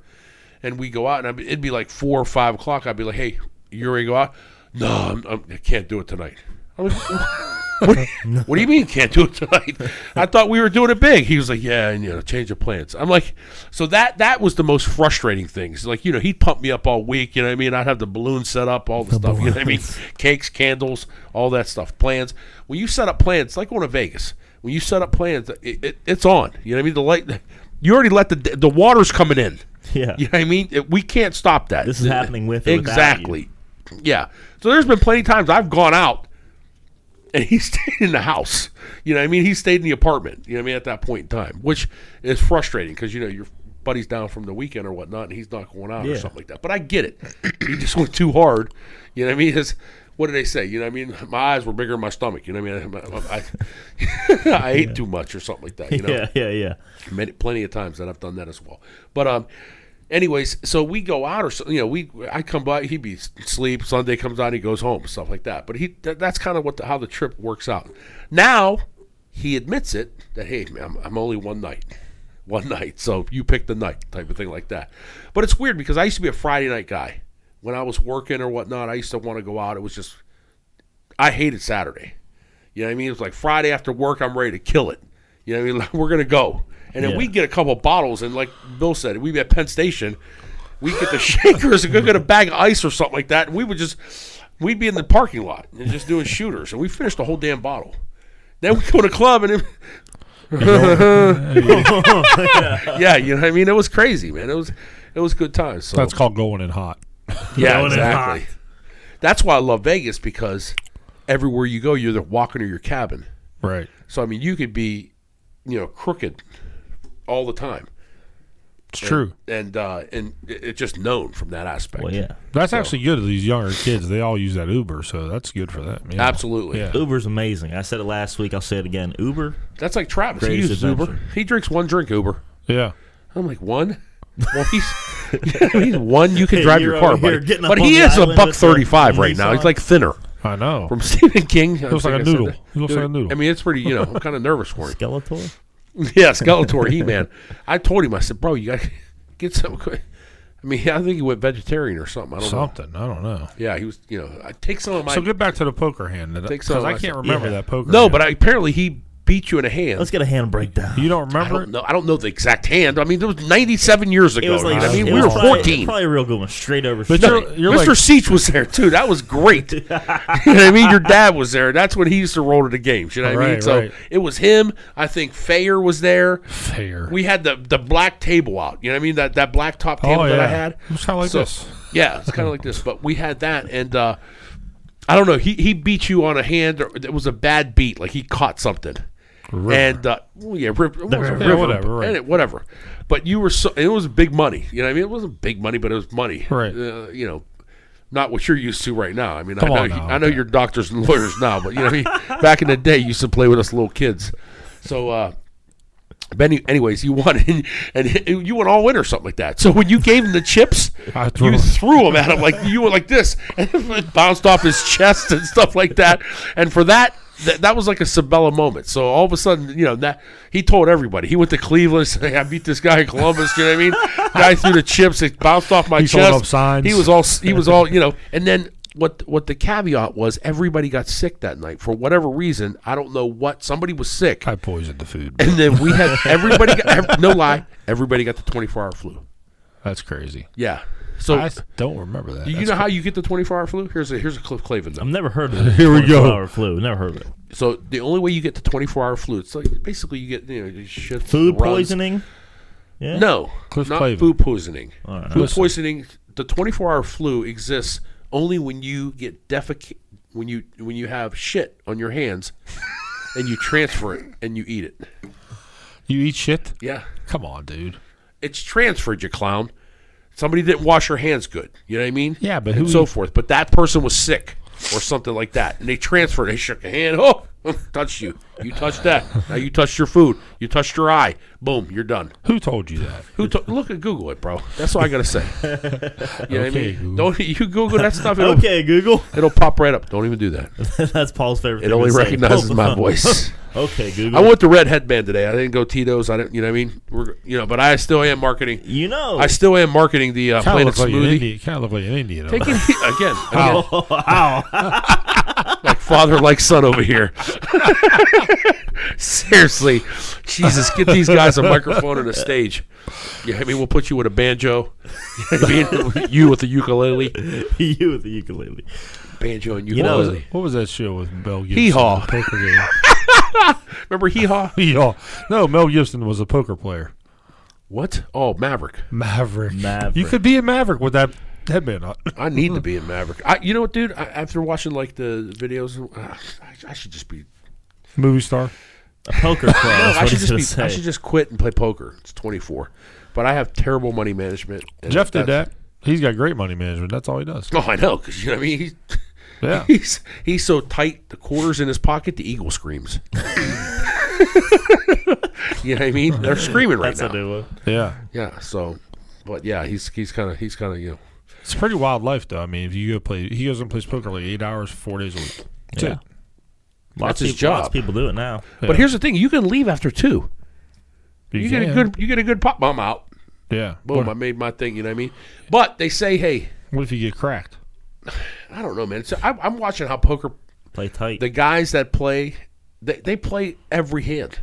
Speaker 1: And we go out, and I'd be, it'd be like four or five o'clock. I'd be like, "Hey, you ready to go out?" No, I'm, I'm, I can't do it tonight. I'm like, what, what do you mean can't do it tonight? I thought we were doing it big. He was like, yeah, and you know, change of plans. I'm like, so that that was the most frustrating thing. It's Like, you know, he'd pump me up all week. You know what I mean? I'd have the balloon set up, all the, stuff. You know what I mean? Cakes, candles, all that stuff. Plans. When you set up plans, it's like going to Vegas. When you set up plans, it, it, it's on. You know what I mean? The light, you already let the the water's coming in.
Speaker 2: Yeah.
Speaker 1: You know what I mean? It- we can't stop that.
Speaker 2: This is happening with or without you.
Speaker 1: exactly. Yeah. So there's been plenty of times I've gone out and he stayed in the house. You know, what I mean, he stayed in the apartment. You know, what I mean, at that point in time, which is frustrating because you know your buddy's down from the weekend or whatnot, and he's not going out or
Speaker 2: Yeah.
Speaker 1: something like that. But I get it. he just went too hard. You know, what I mean, his what did they say? You know, what I mean, my eyes were bigger than my stomach. You know, what I mean, I, I, I ate too much or something like that. You know,
Speaker 2: Yeah, yeah, yeah.
Speaker 1: many, plenty of times that I've done that as well. But um, anyways, so we go out or so, you know we I come by he'd be asleep. Sunday comes on, he goes home, stuff like that. But he that, that's kind of what the, how the trip works out. Now he admits it that hey, man, I'm, I'm only one night, one night. So you pick the night type of thing like that. But it's weird because I used to be a Friday night guy when I was working or whatnot. I used to want to go out. It was just I hated Saturday. You know what I mean? It was like Friday after work, I'm ready to kill it. You know what I mean? Like, we're gonna go, and then
Speaker 2: Yeah.
Speaker 1: we get a couple bottles, and like Bill said, we be at Penn Station, we get the shakers and go get a bag of ice or something like that, and we would just we'd be in the parking lot and just doing shooters, and we finished the whole damn bottle. Then we go to club and. It, yeah, you know what I mean. It was crazy, man. It was, it was good times. So
Speaker 3: That's called going in hot.
Speaker 1: yeah,
Speaker 2: Going in
Speaker 1: exactly. That's why I love Vegas because everywhere you go, you're either walking or your cabin.
Speaker 3: Right.
Speaker 1: So I mean, you could be, you know, crooked all the time,
Speaker 3: It's true.
Speaker 1: and uh, and it- it's just known from that aspect.
Speaker 2: Well, yeah.
Speaker 3: That's actually good to these younger kids. They all use that Uber, so that's good for them. yeah.
Speaker 1: Absolutely.
Speaker 3: Yeah.
Speaker 2: Uber's amazing. I said it last week. I'll say it again. Uber.
Speaker 1: That's like Travis. He
Speaker 2: Greatest
Speaker 1: uses
Speaker 2: adventure.
Speaker 1: Uber. He drinks one drink Uber.
Speaker 3: Yeah.
Speaker 1: I'm like one. Well, he's he's one. You can drive
Speaker 2: You're
Speaker 1: your car,
Speaker 2: over here
Speaker 1: buddy.
Speaker 2: getting up
Speaker 1: But
Speaker 2: on
Speaker 1: he
Speaker 2: the
Speaker 1: is a
Speaker 2: island
Speaker 1: buck
Speaker 2: with the
Speaker 1: thirty-five right now. He's
Speaker 2: Nissan.
Speaker 1: like thinner
Speaker 3: I know.
Speaker 1: from Stephen King. He
Speaker 3: looks like a noodle. He looks like a noodle.
Speaker 1: I mean, it's pretty. You know, I'm kind of nervous for him.
Speaker 2: Skeletor.
Speaker 1: Yeah, Skeletor, He Man. I told him, I said, bro, you got to get some. qu- I mean, I think he went vegetarian or something. I don't know.
Speaker 3: Something. I don't know.
Speaker 1: Yeah, he was. You know, I take some of my.
Speaker 3: so get back to the poker hand
Speaker 1: Take
Speaker 3: because
Speaker 1: some
Speaker 3: I
Speaker 1: of
Speaker 3: can't
Speaker 1: my-
Speaker 3: remember
Speaker 2: Yeah.
Speaker 3: that poker.
Speaker 1: no,
Speaker 3: hand.
Speaker 1: but I, apparently he beat you in a hand.
Speaker 2: Let's get a hand breakdown.
Speaker 3: you don't
Speaker 1: I
Speaker 3: remember.
Speaker 1: don't know. I don't know the exact hand. I mean, it was 97 years ago.
Speaker 2: It was like
Speaker 1: dude. I mean,
Speaker 2: it
Speaker 1: we
Speaker 2: was
Speaker 1: were
Speaker 2: probably,
Speaker 1: 14.
Speaker 2: Probably a real good one, straight over.
Speaker 3: But
Speaker 2: straight.
Speaker 3: you're-
Speaker 1: Mr.
Speaker 3: like-
Speaker 1: Seach was there too. That was great. you know what I mean? Your dad was there. That's when he used to roll to the games. You know what I mean?
Speaker 3: Right,
Speaker 1: So
Speaker 3: right.
Speaker 1: it was him. I think Fayer was there.
Speaker 3: Fair.
Speaker 1: We had the the black table out. You know what I mean? That that black top table
Speaker 3: oh yeah.
Speaker 1: that I had.
Speaker 3: It was kind of like
Speaker 1: So-
Speaker 3: this.
Speaker 1: Yeah, it's kind of like this. But we had that, and uh, I don't know. He he beat you on a hand. Or, it was a bad beat. Like he caught something.
Speaker 3: River.
Speaker 1: And uh, well, yeah, rip,
Speaker 3: river. Yeah, whatever, right.
Speaker 1: and it- whatever. But you were so it was big money. You know, what I mean, it wasn't big money, but it was money.
Speaker 3: Right.
Speaker 1: Uh, you know, not what you're used to right now. I mean,
Speaker 3: Come
Speaker 1: I know,
Speaker 3: on
Speaker 1: you-
Speaker 3: now.
Speaker 1: I know you're doctors and lawyers now, but you know, what I mean, back in the day, you used to play with us little kids. So, uh, but any- anyways, you won, and, and you went all in or something like that. So when you gave him the chips,
Speaker 3: I threw
Speaker 1: you
Speaker 3: 'em.
Speaker 1: threw them at him like you were like this, and it bounced off his chest and stuff like that. And for that, that, that was like a Sabella moment. So all of a sudden, you know, that he told everybody. He went to Cleveland, said, hey, I beat this guy in Columbus. You know what I mean? guy threw the chips, it bounced off my
Speaker 3: He's holding
Speaker 1: chest.
Speaker 3: up signs.
Speaker 1: He was all he was all you know. And then what what the caveat was? Everybody got sick that night for whatever reason. I don't know what. Somebody was sick.
Speaker 3: I poisoned the food.
Speaker 1: And then we had everybody. Got, ev- no lie, everybody got the twenty four hour flu.
Speaker 3: That's crazy.
Speaker 1: Yeah. So
Speaker 3: I s- don't remember that.
Speaker 1: you know how you get the twenty four hour flu? Here's a here's a Cliff Clavin.
Speaker 2: I've
Speaker 1: Though.
Speaker 2: never heard of it.
Speaker 3: Here we go.
Speaker 2: Hour flu. Never heard of it.
Speaker 1: So the only way you get the twenty four hour flu, it's like basically you get you know shit
Speaker 2: Food
Speaker 1: runs.
Speaker 2: poisoning. Yeah.
Speaker 1: No,
Speaker 3: Cliff
Speaker 1: not
Speaker 3: Clavin.
Speaker 1: food poisoning.
Speaker 2: right.
Speaker 1: Food
Speaker 3: Listen.
Speaker 1: poisoning. The twenty four hour flu exists only when you get defecate when you when you have shit on your hands, and you transfer it and you eat it.
Speaker 3: you eat shit.
Speaker 1: Yeah.
Speaker 3: Come on, dude.
Speaker 1: it's transferred, you clown. Somebody didn't wash her hands good. You know what I mean?
Speaker 3: Yeah, but
Speaker 1: and
Speaker 3: who-
Speaker 1: so forth. But that person was sick or something like that, and they transferred. They shook a hand. Oh, touched you. You touched that. Now you touched your food. You touched your eye. Boom, you're done.
Speaker 3: Who told you that?
Speaker 1: Who to- look at Google it, bro? That's all I gotta say. You know what I
Speaker 3: Okay,
Speaker 1: mean?
Speaker 3: Google.
Speaker 1: Don't you Google that stuff? It'll,
Speaker 2: Okay, Google.
Speaker 1: it'll pop right up. Don't even do that.
Speaker 2: That's Paul's favorite.
Speaker 1: It
Speaker 2: thing
Speaker 1: only
Speaker 2: to say.
Speaker 1: recognizes
Speaker 2: Oh,
Speaker 1: my voice.
Speaker 2: Okay, Google.
Speaker 1: I went to Red Headband today. I didn't go Tito's. I didn't. You know what I mean? We're, you know, but I still am marketing.
Speaker 2: you know.
Speaker 1: I still am marketing the uh,
Speaker 3: Kind of
Speaker 1: Planet
Speaker 3: look like an
Speaker 1: Smoothie.
Speaker 3: Indian. Kind of look like an Indian. over
Speaker 1: Taking again, again
Speaker 2: oh, wow.
Speaker 1: like father like son over here. Seriously, Jesus, get these guys a microphone and a stage. Yeah, I mean we'll put you with a banjo. You know what I mean? you with the ukulele,
Speaker 2: you with the ukulele.
Speaker 1: banjo and
Speaker 2: know-
Speaker 1: ukulele.
Speaker 3: there. What was that show with Mel Gibson?
Speaker 1: Hee haw.
Speaker 3: the poker game?
Speaker 1: Remember hee haw?
Speaker 3: Hee haw. No, Mel Gibson was a poker player.
Speaker 1: What? Oh, Maverick.
Speaker 3: Maverick.
Speaker 2: Maverick.
Speaker 3: You could be a Maverick with that uh, headband on.
Speaker 1: I need to be a Maverick. I, you know what, dude? I, after watching like the videos, uh, I, I should just be.
Speaker 3: Movie star.
Speaker 2: A poker player. That's
Speaker 1: I
Speaker 2: what
Speaker 1: should
Speaker 2: he's
Speaker 1: just
Speaker 2: gonna
Speaker 1: be.
Speaker 2: say.
Speaker 1: I should just quit and play poker. It's twenty four, but I have terrible money management. and
Speaker 3: Jeff did
Speaker 1: that's-
Speaker 3: that. He's got great money management. That's all he does.
Speaker 1: Oh, I know, because you know what I mean. He's,
Speaker 3: Yeah.
Speaker 1: he's he's so tight, the quarters in his pocket, the eagle screams. you know what I mean? They're screaming right
Speaker 2: That's
Speaker 1: now.
Speaker 2: a new one.
Speaker 3: Yeah.
Speaker 1: Yeah. So, but yeah, he's he's kind of he's kind of you know.
Speaker 3: It's a pretty wild life, though. I mean, if you go play, he goes and plays poker like eight hours, four days a week. That's
Speaker 2: Yeah.
Speaker 3: it.
Speaker 2: Lots
Speaker 1: That's his
Speaker 2: of people, Lots
Speaker 1: job.
Speaker 2: of people do it now.
Speaker 1: But here's the thing: you can leave after two. You, get a
Speaker 3: can.
Speaker 1: good you get a good pop. I'm out.
Speaker 3: Yeah.
Speaker 1: Boom! I
Speaker 3: What,
Speaker 1: made my thing. You know what I mean? But they say, hey,
Speaker 3: what if you get cracked?
Speaker 1: I don't know, man. So I, I'm watching how poker
Speaker 2: Play tight.
Speaker 1: the guys that play they, they play every hand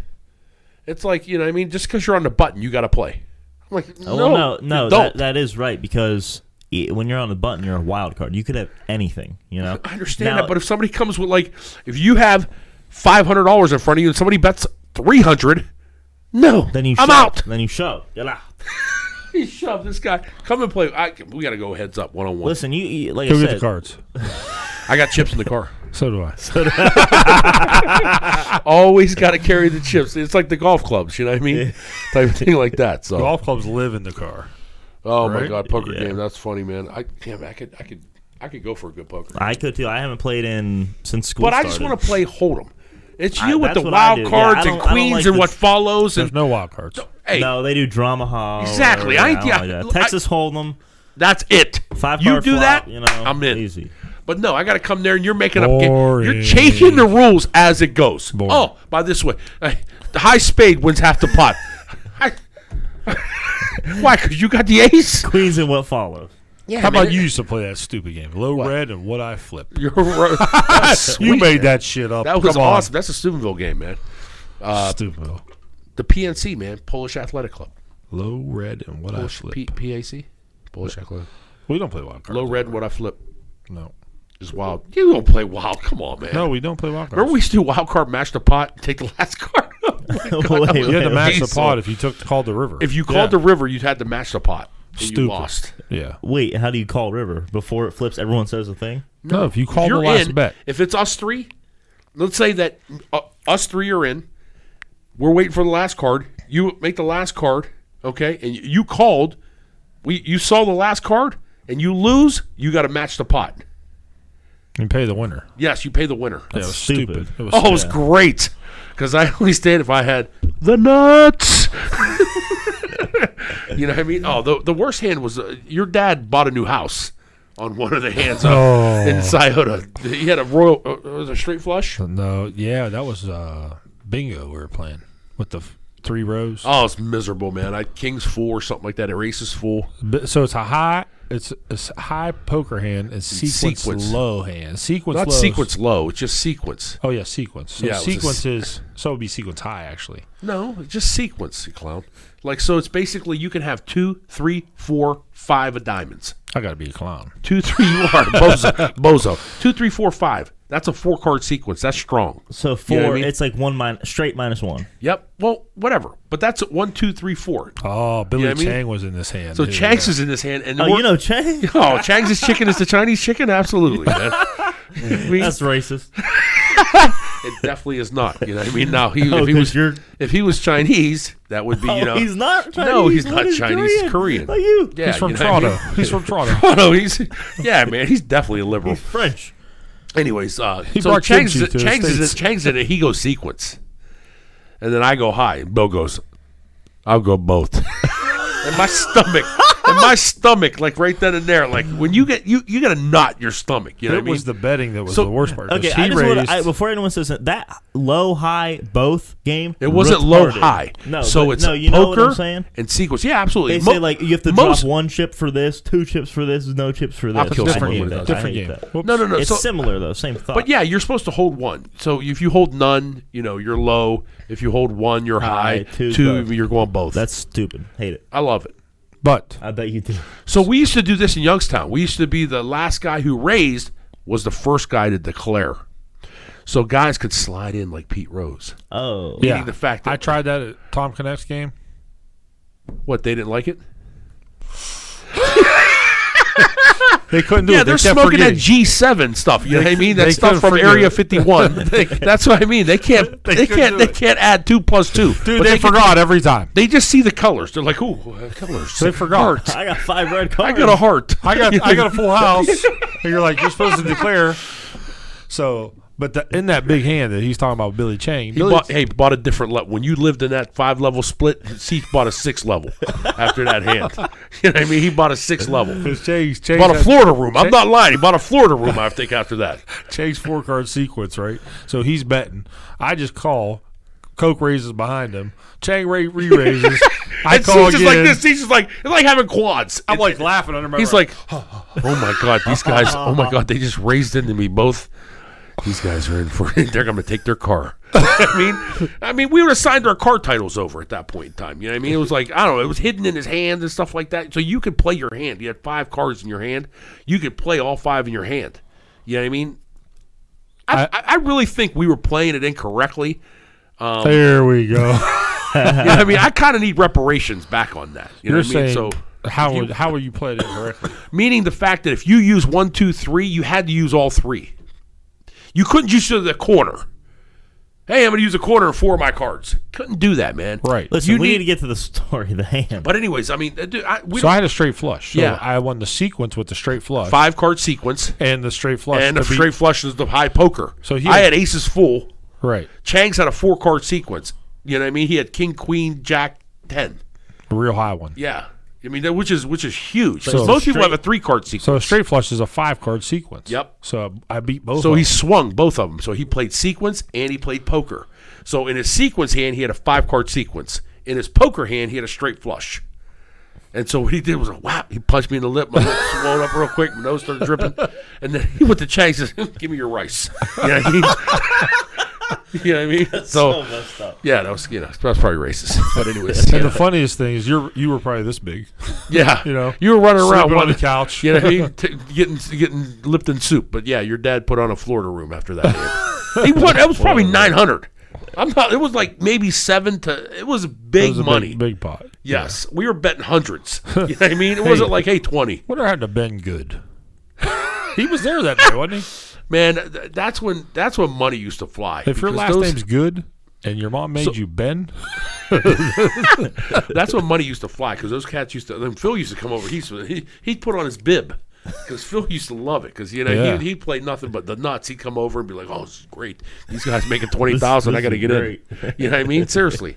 Speaker 1: it's like you know what i mean just because you're on the button you got to play i'm like no
Speaker 2: Oh, well, no,
Speaker 1: you
Speaker 2: no,
Speaker 1: don't
Speaker 2: that, that is right because i- when you're on the button, you're a wild card. You could have anything, you know.
Speaker 1: i understand that but if somebody comes with like if you have $500 in front of you and somebody bets 300 no
Speaker 2: then you
Speaker 1: i'm
Speaker 2: shove.
Speaker 1: out
Speaker 2: Then you shove. Get out.
Speaker 1: he shoved this guy come and play I, we got to go heads up one-on-one
Speaker 2: Listen, you, you like
Speaker 3: Go
Speaker 2: I
Speaker 3: get
Speaker 2: said,
Speaker 3: the cards.
Speaker 1: i got chips in the car
Speaker 3: So do I.
Speaker 1: always got to carry the chips it's like the golf clubs you know what i mean type of thing like that so
Speaker 3: Golf clubs live in the car.
Speaker 1: oh my
Speaker 3: right?
Speaker 1: god poker
Speaker 2: Yeah.
Speaker 1: game that's funny man i damn i could i could i could go for a good poker
Speaker 2: I could too. I haven't played in since school.
Speaker 1: But I just want to play Hold'em. It's you with
Speaker 2: that's
Speaker 1: the
Speaker 2: what I
Speaker 1: wild
Speaker 2: do. Yeah,
Speaker 1: cards
Speaker 2: I
Speaker 1: and
Speaker 2: don't- I don't
Speaker 1: queens
Speaker 2: like
Speaker 1: and
Speaker 2: the-
Speaker 1: what follows
Speaker 3: There's
Speaker 1: and
Speaker 3: no wild cards.
Speaker 1: hey,
Speaker 2: No, they do drama hall.
Speaker 1: Exactly.
Speaker 2: or-
Speaker 1: I-
Speaker 2: yeah, I don't
Speaker 1: yeah,
Speaker 2: like
Speaker 1: look,
Speaker 2: that.
Speaker 1: I-
Speaker 2: Texas Hold'em.
Speaker 1: that's it.
Speaker 2: Five
Speaker 1: you
Speaker 2: card
Speaker 1: do
Speaker 2: flop,
Speaker 1: that,
Speaker 2: You know,
Speaker 1: I'm in.
Speaker 2: Easy.
Speaker 1: But no, I got to come there and you're making up. Ga- you're
Speaker 3: Boring.
Speaker 1: changing the rules as it goes.
Speaker 3: Boring.
Speaker 1: uh, Oh, by this way, Hey, the high spade wins half the pot. I- Why? Because you got the ace.
Speaker 2: Queens and what follows.
Speaker 1: Yeah.
Speaker 3: How
Speaker 1: I mean,
Speaker 3: about
Speaker 1: it-
Speaker 3: you used to play that stupid game? Low red and what I flip.
Speaker 1: You're right. That's
Speaker 3: You
Speaker 1: sweet.
Speaker 3: made that shit up.
Speaker 1: That was
Speaker 3: Come on.
Speaker 1: awesome. That's a Steubenville game, man.
Speaker 3: Stupid.
Speaker 1: The PNC, man, Polish Athletic Club.
Speaker 3: Low red and what I
Speaker 1: Polish
Speaker 3: flip.
Speaker 1: P- PAC. Polish Athletic.
Speaker 3: we don't play wild cards.
Speaker 1: Low red. What I flip
Speaker 3: No.
Speaker 1: is wild. You don't play wild. Come on, man.
Speaker 3: No, we don't play wild cards.
Speaker 1: Remember we used to do wild card, match the pot, and take the last card. Oh
Speaker 2: Wait,
Speaker 3: you had to
Speaker 2: wait,
Speaker 3: match
Speaker 2: wait.
Speaker 3: the pot if you took called the river.
Speaker 1: if you called the river, you'd had to match the pot. and You
Speaker 3: Stupid.
Speaker 1: lost.
Speaker 3: yeah.
Speaker 2: Wait, how do you call river? Before it flips, everyone says a thing.
Speaker 3: No, if you called
Speaker 1: If
Speaker 3: the
Speaker 1: you're
Speaker 3: last
Speaker 1: in,
Speaker 3: bet.
Speaker 1: if it's us three, let's say that uh, us three are in. We're waiting for the last card. You make the last card, okay? And you, you called. We you saw the last card, and you lose. You got to match the pot.
Speaker 3: And pay the winner.
Speaker 1: Yes, you pay the winner.
Speaker 3: Yeah, it was
Speaker 2: stupid.
Speaker 3: stupid. It was
Speaker 1: Oh, it was great because I only stayed if I had the nuts. you know what I mean? Oh, the, the worst hand was uh, your dad bought a new house on one of the hands up
Speaker 3: Oh.
Speaker 1: in Scioto. He had a royal, uh, it was a straight flush.
Speaker 3: No, yeah, that was uh, bingo we were playing with the f- three rows.
Speaker 1: Oh, it's miserable, man. I king's fool or something like that. It aces fool.
Speaker 3: But- So it's a high, it's it's a high poker hand and sequence,
Speaker 1: Sequence.
Speaker 3: low hand. Sequence
Speaker 1: Not
Speaker 3: low. is-
Speaker 1: sequence low. It's just sequence.
Speaker 3: Oh yeah, sequence. So
Speaker 1: Yeah, it was a
Speaker 3: sequence
Speaker 1: s-
Speaker 3: is so it'd be sequence high actually.
Speaker 1: No, it's just sequence, you clown. Like so, it's basically you can have two, three, four, five of diamonds.
Speaker 3: I gotta be a clown.
Speaker 1: Two, three, you are bozo. bozo. Two, three, four, five. That's a four card sequence. That's strong.
Speaker 2: So four,
Speaker 1: You know what I mean?
Speaker 2: it's like one min- straight minus one.
Speaker 1: Yep. Well, whatever. But that's one, two, three, four.
Speaker 3: Oh, Billy
Speaker 1: Yeah, I mean-
Speaker 3: Chang was in this hand.
Speaker 1: So
Speaker 3: too,
Speaker 1: Chang's
Speaker 3: yeah.
Speaker 1: is in this hand, and
Speaker 2: Oh,
Speaker 1: we're-
Speaker 2: you know Chang?
Speaker 1: oh, Chang's is chicken is the Chinese chicken. Absolutely, man. We-
Speaker 2: That's racist.
Speaker 1: it definitely is not. You know, what I mean, now he
Speaker 2: Oh,
Speaker 1: if he
Speaker 2: 'cause
Speaker 1: was
Speaker 2: you're-
Speaker 1: if he was Chinese, that would be you know
Speaker 2: Oh, he's not Chinese.
Speaker 1: No, he's
Speaker 2: What
Speaker 1: not
Speaker 2: is
Speaker 1: Chinese. He's Korean.
Speaker 2: Like you.
Speaker 1: Yeah,
Speaker 3: He's from
Speaker 1: you know what I
Speaker 3: Toronto.
Speaker 1: mean?
Speaker 3: He's from Toronto.
Speaker 1: Oh, no, he's yeah, man. He's definitely a liberal.
Speaker 2: French.
Speaker 1: Anyways, uh, so
Speaker 3: brought
Speaker 1: Chang's
Speaker 3: kimchi to the
Speaker 1: Chang's is
Speaker 3: States.
Speaker 1: Chang's in a he goes sequence, and then I go high. and Bo goes, I'll go both. and my stomach, and my stomach, like right then and there, like when you get you you got to knot your stomach. You
Speaker 3: It
Speaker 1: know what I mean?
Speaker 3: was the betting that was
Speaker 1: So-
Speaker 3: the worst part. 'cause
Speaker 2: Okay,
Speaker 3: he
Speaker 2: I just
Speaker 3: raised.
Speaker 2: wanna, I, before anyone says that, that low high both game.
Speaker 1: It wasn't low
Speaker 2: retarded.
Speaker 1: high.
Speaker 2: No,
Speaker 1: so
Speaker 2: but-
Speaker 1: it's
Speaker 2: no, you
Speaker 1: poker
Speaker 2: know what I'm saying.
Speaker 1: and sequence. Yeah, absolutely.
Speaker 2: They
Speaker 1: Mo-
Speaker 2: say like you have to
Speaker 1: most-
Speaker 2: drop one chip for this, two chips for this, no chips for this.
Speaker 1: I'll kill
Speaker 2: I
Speaker 1: someone
Speaker 2: hate
Speaker 1: with
Speaker 2: that.
Speaker 1: that.
Speaker 2: I
Speaker 3: Different
Speaker 2: hate
Speaker 3: game.
Speaker 2: that.
Speaker 3: Whoops.
Speaker 1: No, no, no.
Speaker 2: It's
Speaker 1: so,
Speaker 2: similar though, same thought.
Speaker 1: but yeah, you're supposed to hold one. So if you hold none, you know you're low. If you hold one, you're high.
Speaker 2: High, two's
Speaker 1: Two,
Speaker 2: both.
Speaker 1: you're going both.
Speaker 2: that's stupid. Hate it.
Speaker 1: I love it.
Speaker 3: But
Speaker 2: I bet you do.
Speaker 1: So we used to do this in Youngstown. We used to be the last guy who raised was the first guy to declare. So guys could slide in like Pete Rose.
Speaker 2: Oh,
Speaker 3: yeah,
Speaker 1: the fact that-
Speaker 3: I tried that at Tom Connect's game.
Speaker 1: What they didn't like it?
Speaker 3: They couldn't do
Speaker 1: yeah,
Speaker 3: it.
Speaker 1: they're
Speaker 3: they kept
Speaker 1: smoking that
Speaker 3: forgetting.
Speaker 1: G7 stuff. You know what I mean? That
Speaker 3: they
Speaker 1: stuff
Speaker 3: couldn't
Speaker 1: from
Speaker 3: forget
Speaker 1: Area
Speaker 3: it.
Speaker 1: 51. They- that's what I mean. They can't. They,
Speaker 3: They couldn't
Speaker 1: can't.
Speaker 3: do
Speaker 1: They
Speaker 3: it.
Speaker 1: can't add two plus two.
Speaker 3: Dude,
Speaker 1: But
Speaker 3: they,
Speaker 1: they can-
Speaker 3: forgot every time.
Speaker 1: They just see the colors. They're like, ooh, uh, colors.
Speaker 3: They forgot.
Speaker 1: Heart.
Speaker 2: I got five red
Speaker 1: I
Speaker 2: cards.
Speaker 1: got a heart.
Speaker 3: I got I got a full house. And you're like, you're supposed to declare. So, but the, in that big hand that he's talking about, Billy Chang.
Speaker 1: He
Speaker 3: Billy-
Speaker 1: bought, hey, bought a different level. When you lived in that five level split, Seat bought a six level after that hand. You know what I mean? He bought a six level.
Speaker 3: 'cause Chang's, Chang's,
Speaker 1: Bought a
Speaker 3: had-
Speaker 1: Florida room. I'm not lying. He bought a Florida room, I think, after that.
Speaker 3: Chang's four card sequence, right? So he's betting. I just call. Coke raises behind him. Chang Ray re raises. I
Speaker 1: and
Speaker 3: call
Speaker 1: Seat's just
Speaker 3: again.
Speaker 1: like this. He's just like, it's like having quads.
Speaker 3: I'm like laughing under my
Speaker 1: He's
Speaker 3: breath.
Speaker 1: like, oh my God, these guys, oh my God, they just raised into me both. These guys are in for it. They're going to take their car. I mean, I mean, we would have signed our car titles over at that point in time. You know what I mean? It was like, I don't know, it was hidden in his hand and stuff like that. So you could play your hand. You had five cards in your hand. You could play all five in your hand. You know what I mean? I, I, I really think we were playing it incorrectly. Um,
Speaker 3: there we go.
Speaker 1: You know what I mean? I kind of need reparations back on that. You know
Speaker 3: You're
Speaker 1: what I mean?
Speaker 3: saying
Speaker 1: So
Speaker 3: how would how would you play it incorrectly?
Speaker 1: meaning the fact that if you use one, two, three, you had to use all three. You couldn't just use the quarter. Hey, I'm going to use a quarter of four of my cards. Couldn't do that, man.
Speaker 3: Right.
Speaker 2: Listen,
Speaker 1: You
Speaker 2: we need,
Speaker 1: need-
Speaker 2: to get to the story. The hand.
Speaker 1: But anyways, I mean, uh, dude, I, we
Speaker 3: So
Speaker 1: don't-
Speaker 3: I had a straight flush. So
Speaker 1: Yeah.
Speaker 3: I won the sequence with the straight flush
Speaker 1: five card sequence
Speaker 3: and the straight flush.
Speaker 1: and a
Speaker 3: to beat-
Speaker 1: straight flush is the high poker.
Speaker 3: So he
Speaker 1: I
Speaker 3: had-
Speaker 1: had aces full.
Speaker 3: right,
Speaker 1: Chang's had a four card sequence. You know what I mean? He had king, queen, jack, ten.
Speaker 3: real high one.
Speaker 1: Yeah. I mean, that- which is which is huge.
Speaker 2: So-
Speaker 1: most people have a
Speaker 2: Straight-
Speaker 1: three card sequence.
Speaker 3: So a straight flush is a five card sequence.
Speaker 1: Yep.
Speaker 3: So I beat both.
Speaker 1: So
Speaker 3: of
Speaker 1: he
Speaker 3: them.
Speaker 1: swung both of them. So he played sequence and he played poker. So in his sequence hand, he had a five card sequence. In his poker hand, he had a straight flush. And so what he did was, wow, he punched me in the lip. My lip swelled up real quick. My nose started dripping. And then he went to Chang and says, give me your rice. You know what I mean? You know what I mean? so,
Speaker 2: messed up.
Speaker 1: yeah, that was, you know, that was probably racist. But anyways,
Speaker 3: And
Speaker 1: yeah.
Speaker 3: the funniest thing is, you you were probably this big.
Speaker 1: Yeah.
Speaker 3: you know,
Speaker 1: you were running around
Speaker 3: Sleeping on
Speaker 1: one
Speaker 3: the couch.
Speaker 1: You know what I mean? T- getting getting Lipton soup, but yeah, your dad put on a Florida room after that. he won. That was probably nine hundred. I'm not. It was like maybe seven to. It was
Speaker 3: It
Speaker 1: big
Speaker 3: was a
Speaker 1: money.
Speaker 3: big, big pot.
Speaker 1: Yes, we were betting hundreds. You know what I mean? It wasn't like hey twenty,
Speaker 3: Wonder how to been good. he was there that day, wasn't he?
Speaker 1: man. th- that's when that's when money used to fly.
Speaker 3: If your
Speaker 1: because
Speaker 3: last
Speaker 1: those-
Speaker 3: name's good and your mom made you Ben,
Speaker 1: that's when money used to fly because those cats used to. Then Phil used to come over. He's he he'd put on his bib because Phil used to love it because you know
Speaker 3: Yeah.
Speaker 1: he he played nothing but the nuts. He'd come over and be like, "Oh, this is great. These guys making twenty thousand. I
Speaker 2: this
Speaker 1: got to
Speaker 2: is
Speaker 1: get
Speaker 2: great."
Speaker 1: in." You know what I mean? Seriously,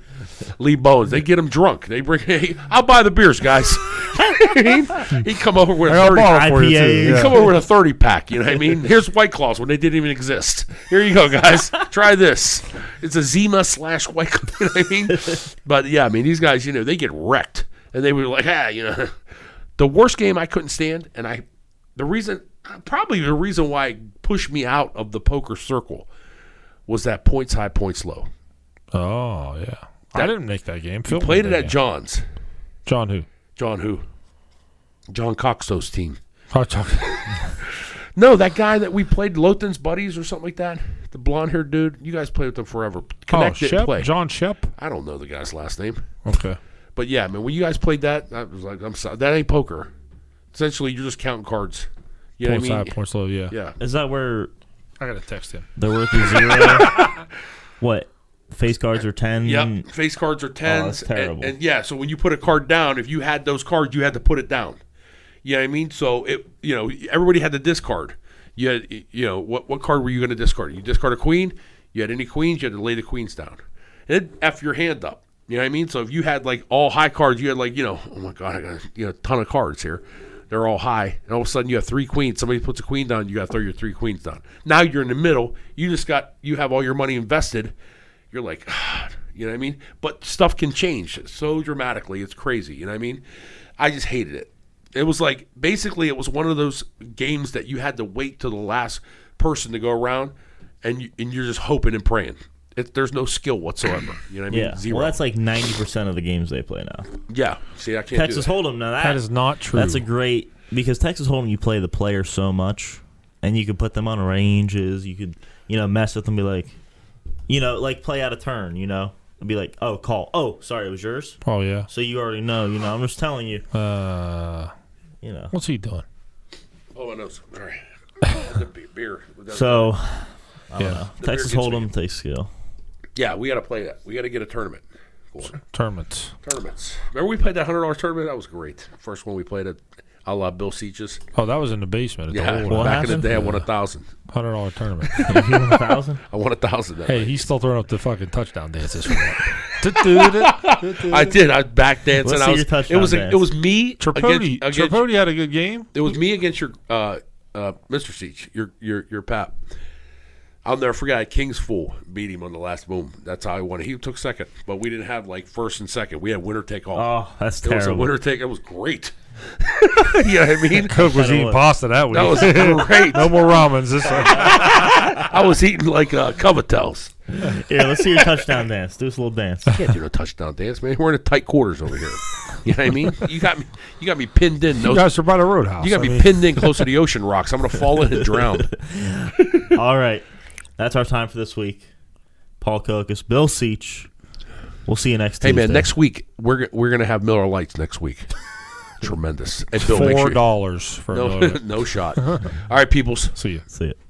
Speaker 1: Lee Bones. They get him drunk. They bring. Hey, I'll buy the beers, guys. he'd, he'd come over with a
Speaker 3: I got a
Speaker 1: thirty.
Speaker 3: bottle for you
Speaker 2: IPA.
Speaker 3: too.
Speaker 1: He'd
Speaker 3: Yeah.
Speaker 1: Come over with a thirty pack, you know what I mean? Here's White Claws when they didn't even exist. Here you go, guys. Try this. It's a Zima slash White Claw. You know what I mean? But yeah, I mean these guys, you know, they get wrecked, and they were like, ah, you know, the worst game I couldn't stand, and I, the reason, probably the reason why it pushed me out of the poker circle, was that points high, points low.
Speaker 3: Oh yeah, I didn't make that game. Phil
Speaker 1: Played
Speaker 3: made
Speaker 1: it
Speaker 3: that
Speaker 1: at
Speaker 3: game.
Speaker 1: John's,
Speaker 3: John who?
Speaker 1: John who, John Coxo's team.
Speaker 3: Oh, John-
Speaker 1: No, that guy that we played, Lothan's buddies or something like that. The blonde haired dude. You guys played with them forever.
Speaker 3: oh
Speaker 1: Connect didn't
Speaker 3: Shep,
Speaker 1: play.
Speaker 3: John Shep.
Speaker 1: I don't know the guy's last name,
Speaker 3: Okay.
Speaker 1: but yeah, man. When you guys played that, I was like, I'm sorry, that ain't poker. Essentially, you're just counting cards. You know
Speaker 3: points
Speaker 1: what I
Speaker 3: high,
Speaker 1: mean?
Speaker 3: points low. Yeah.
Speaker 1: Yeah.
Speaker 2: Is that where
Speaker 3: I gotta text him.
Speaker 2: they're worth a zero? what? Face cards are ten.
Speaker 1: Yep.
Speaker 3: Mm.
Speaker 1: Face cards are tens. and-
Speaker 2: terrible.
Speaker 1: And, yeah, so when you put a card down, if you had those cards, you had to put it down. You know what I mean? So it, you know, everybody had to discard. You had, you know, what what card were you going to discard? You discard a queen. You had any queens? You had to lay the queens down. And it'd f your hand up. You know what I mean? So if you had like all high cards, you had like you know, oh my god, I got you know, a ton of cards here. They're all high, and all of a sudden you have three queens. Somebody puts a queen down, you got to throw your three queens down. Now you're in the middle. You just got you have all your money invested you're like, "Ah," you know what I mean? But stuff can change so dramatically. It's crazy. You know what I mean? I just hated it. It was like basically it was one of those games that you had to wait till the last person to go around, and you, and you're just hoping and praying. It, there's no skill whatsoever. You know what I mean?
Speaker 2: Yeah.
Speaker 1: Zero.
Speaker 2: Well, that's like ninety percent of the games they play now.
Speaker 1: yeah. See, I can't
Speaker 2: Texas
Speaker 1: do that.
Speaker 2: Hold'em. Now that,
Speaker 3: That is not true.
Speaker 2: That's a great because Texas Hold'em, you play the player so much, and you could put them on ranges. You could, you know, mess with them, be like, you know, like play out of turn. You know, and be like, oh, call. Oh, sorry, it was yours.
Speaker 3: Oh yeah.
Speaker 2: So you already know. You know, I'm just telling you.
Speaker 3: Uh,
Speaker 2: You know.
Speaker 3: what's he doing?
Speaker 1: Oh, I know. Sorry. the be- beer.
Speaker 2: So
Speaker 3: yeah.
Speaker 2: Texas
Speaker 1: gets me.
Speaker 2: Hold'em takes skill.
Speaker 1: yeah, we got to play that. We got to get a tournament. going.
Speaker 3: Tournaments.
Speaker 1: Tournaments. Remember we played that hundred dollar tournament? That was great. First one we played at a la Bill Seaches.
Speaker 3: Oh, that was in the basement. At
Speaker 1: Yeah,
Speaker 3: The
Speaker 1: back
Speaker 3: old
Speaker 1: in
Speaker 2: happened?
Speaker 1: the day, I won a thousand.
Speaker 3: hundred dollar tournament.
Speaker 2: You want a thousand?
Speaker 1: I won a thousand. That
Speaker 3: hey,
Speaker 1: night.
Speaker 3: he's still throwing up the fucking touchdown dances for that.
Speaker 1: I did. I was back dancing.
Speaker 2: Let's
Speaker 1: I
Speaker 2: see
Speaker 1: was.
Speaker 2: your touchdown
Speaker 1: it was.
Speaker 2: dance.
Speaker 1: It was me
Speaker 3: Tripodi.
Speaker 1: against. against
Speaker 3: Tripodi had a good game.
Speaker 1: it was me against your uh, uh, Mr. Seach, your your your pap. I'll never forget. I had King's Fool beat him on the last boom. That's how I won. He took second, but we didn't have like first and second. We had winner take all.
Speaker 2: Oh, that's
Speaker 1: it was a
Speaker 2: terrible.
Speaker 1: winner take. It was great. you know what I mean?
Speaker 3: Cook was
Speaker 2: Kinda
Speaker 3: eating
Speaker 2: was.
Speaker 3: pasta that week.
Speaker 1: That was great.
Speaker 3: no more ramens. This
Speaker 1: I was eating like uh, covetels.
Speaker 2: Here, let's see your touchdown dance. Do us a little dance.
Speaker 1: Can't do no touchdown dance, man. We're in a tight quarters over here. You know what I mean? You got me. You got me pinned in.
Speaker 3: you
Speaker 1: No,
Speaker 3: guys are by the roadhouse.
Speaker 1: You gotta
Speaker 3: I
Speaker 1: be
Speaker 3: mean,
Speaker 1: pinned in close to the ocean rocks. I'm gonna fall in and drown.
Speaker 2: All right. That's our time for this week. Paul Kokas, Bill Seach. We'll see you next
Speaker 1: hey
Speaker 2: Tuesday.
Speaker 1: man, next week we're g- we're gonna have Miller Lights next week. Tremendous. And Bill, make
Speaker 3: four
Speaker 1: sure
Speaker 3: dollars for a
Speaker 1: no,
Speaker 3: load.
Speaker 1: no shot. All right, peoples.
Speaker 3: See ya.
Speaker 2: See it.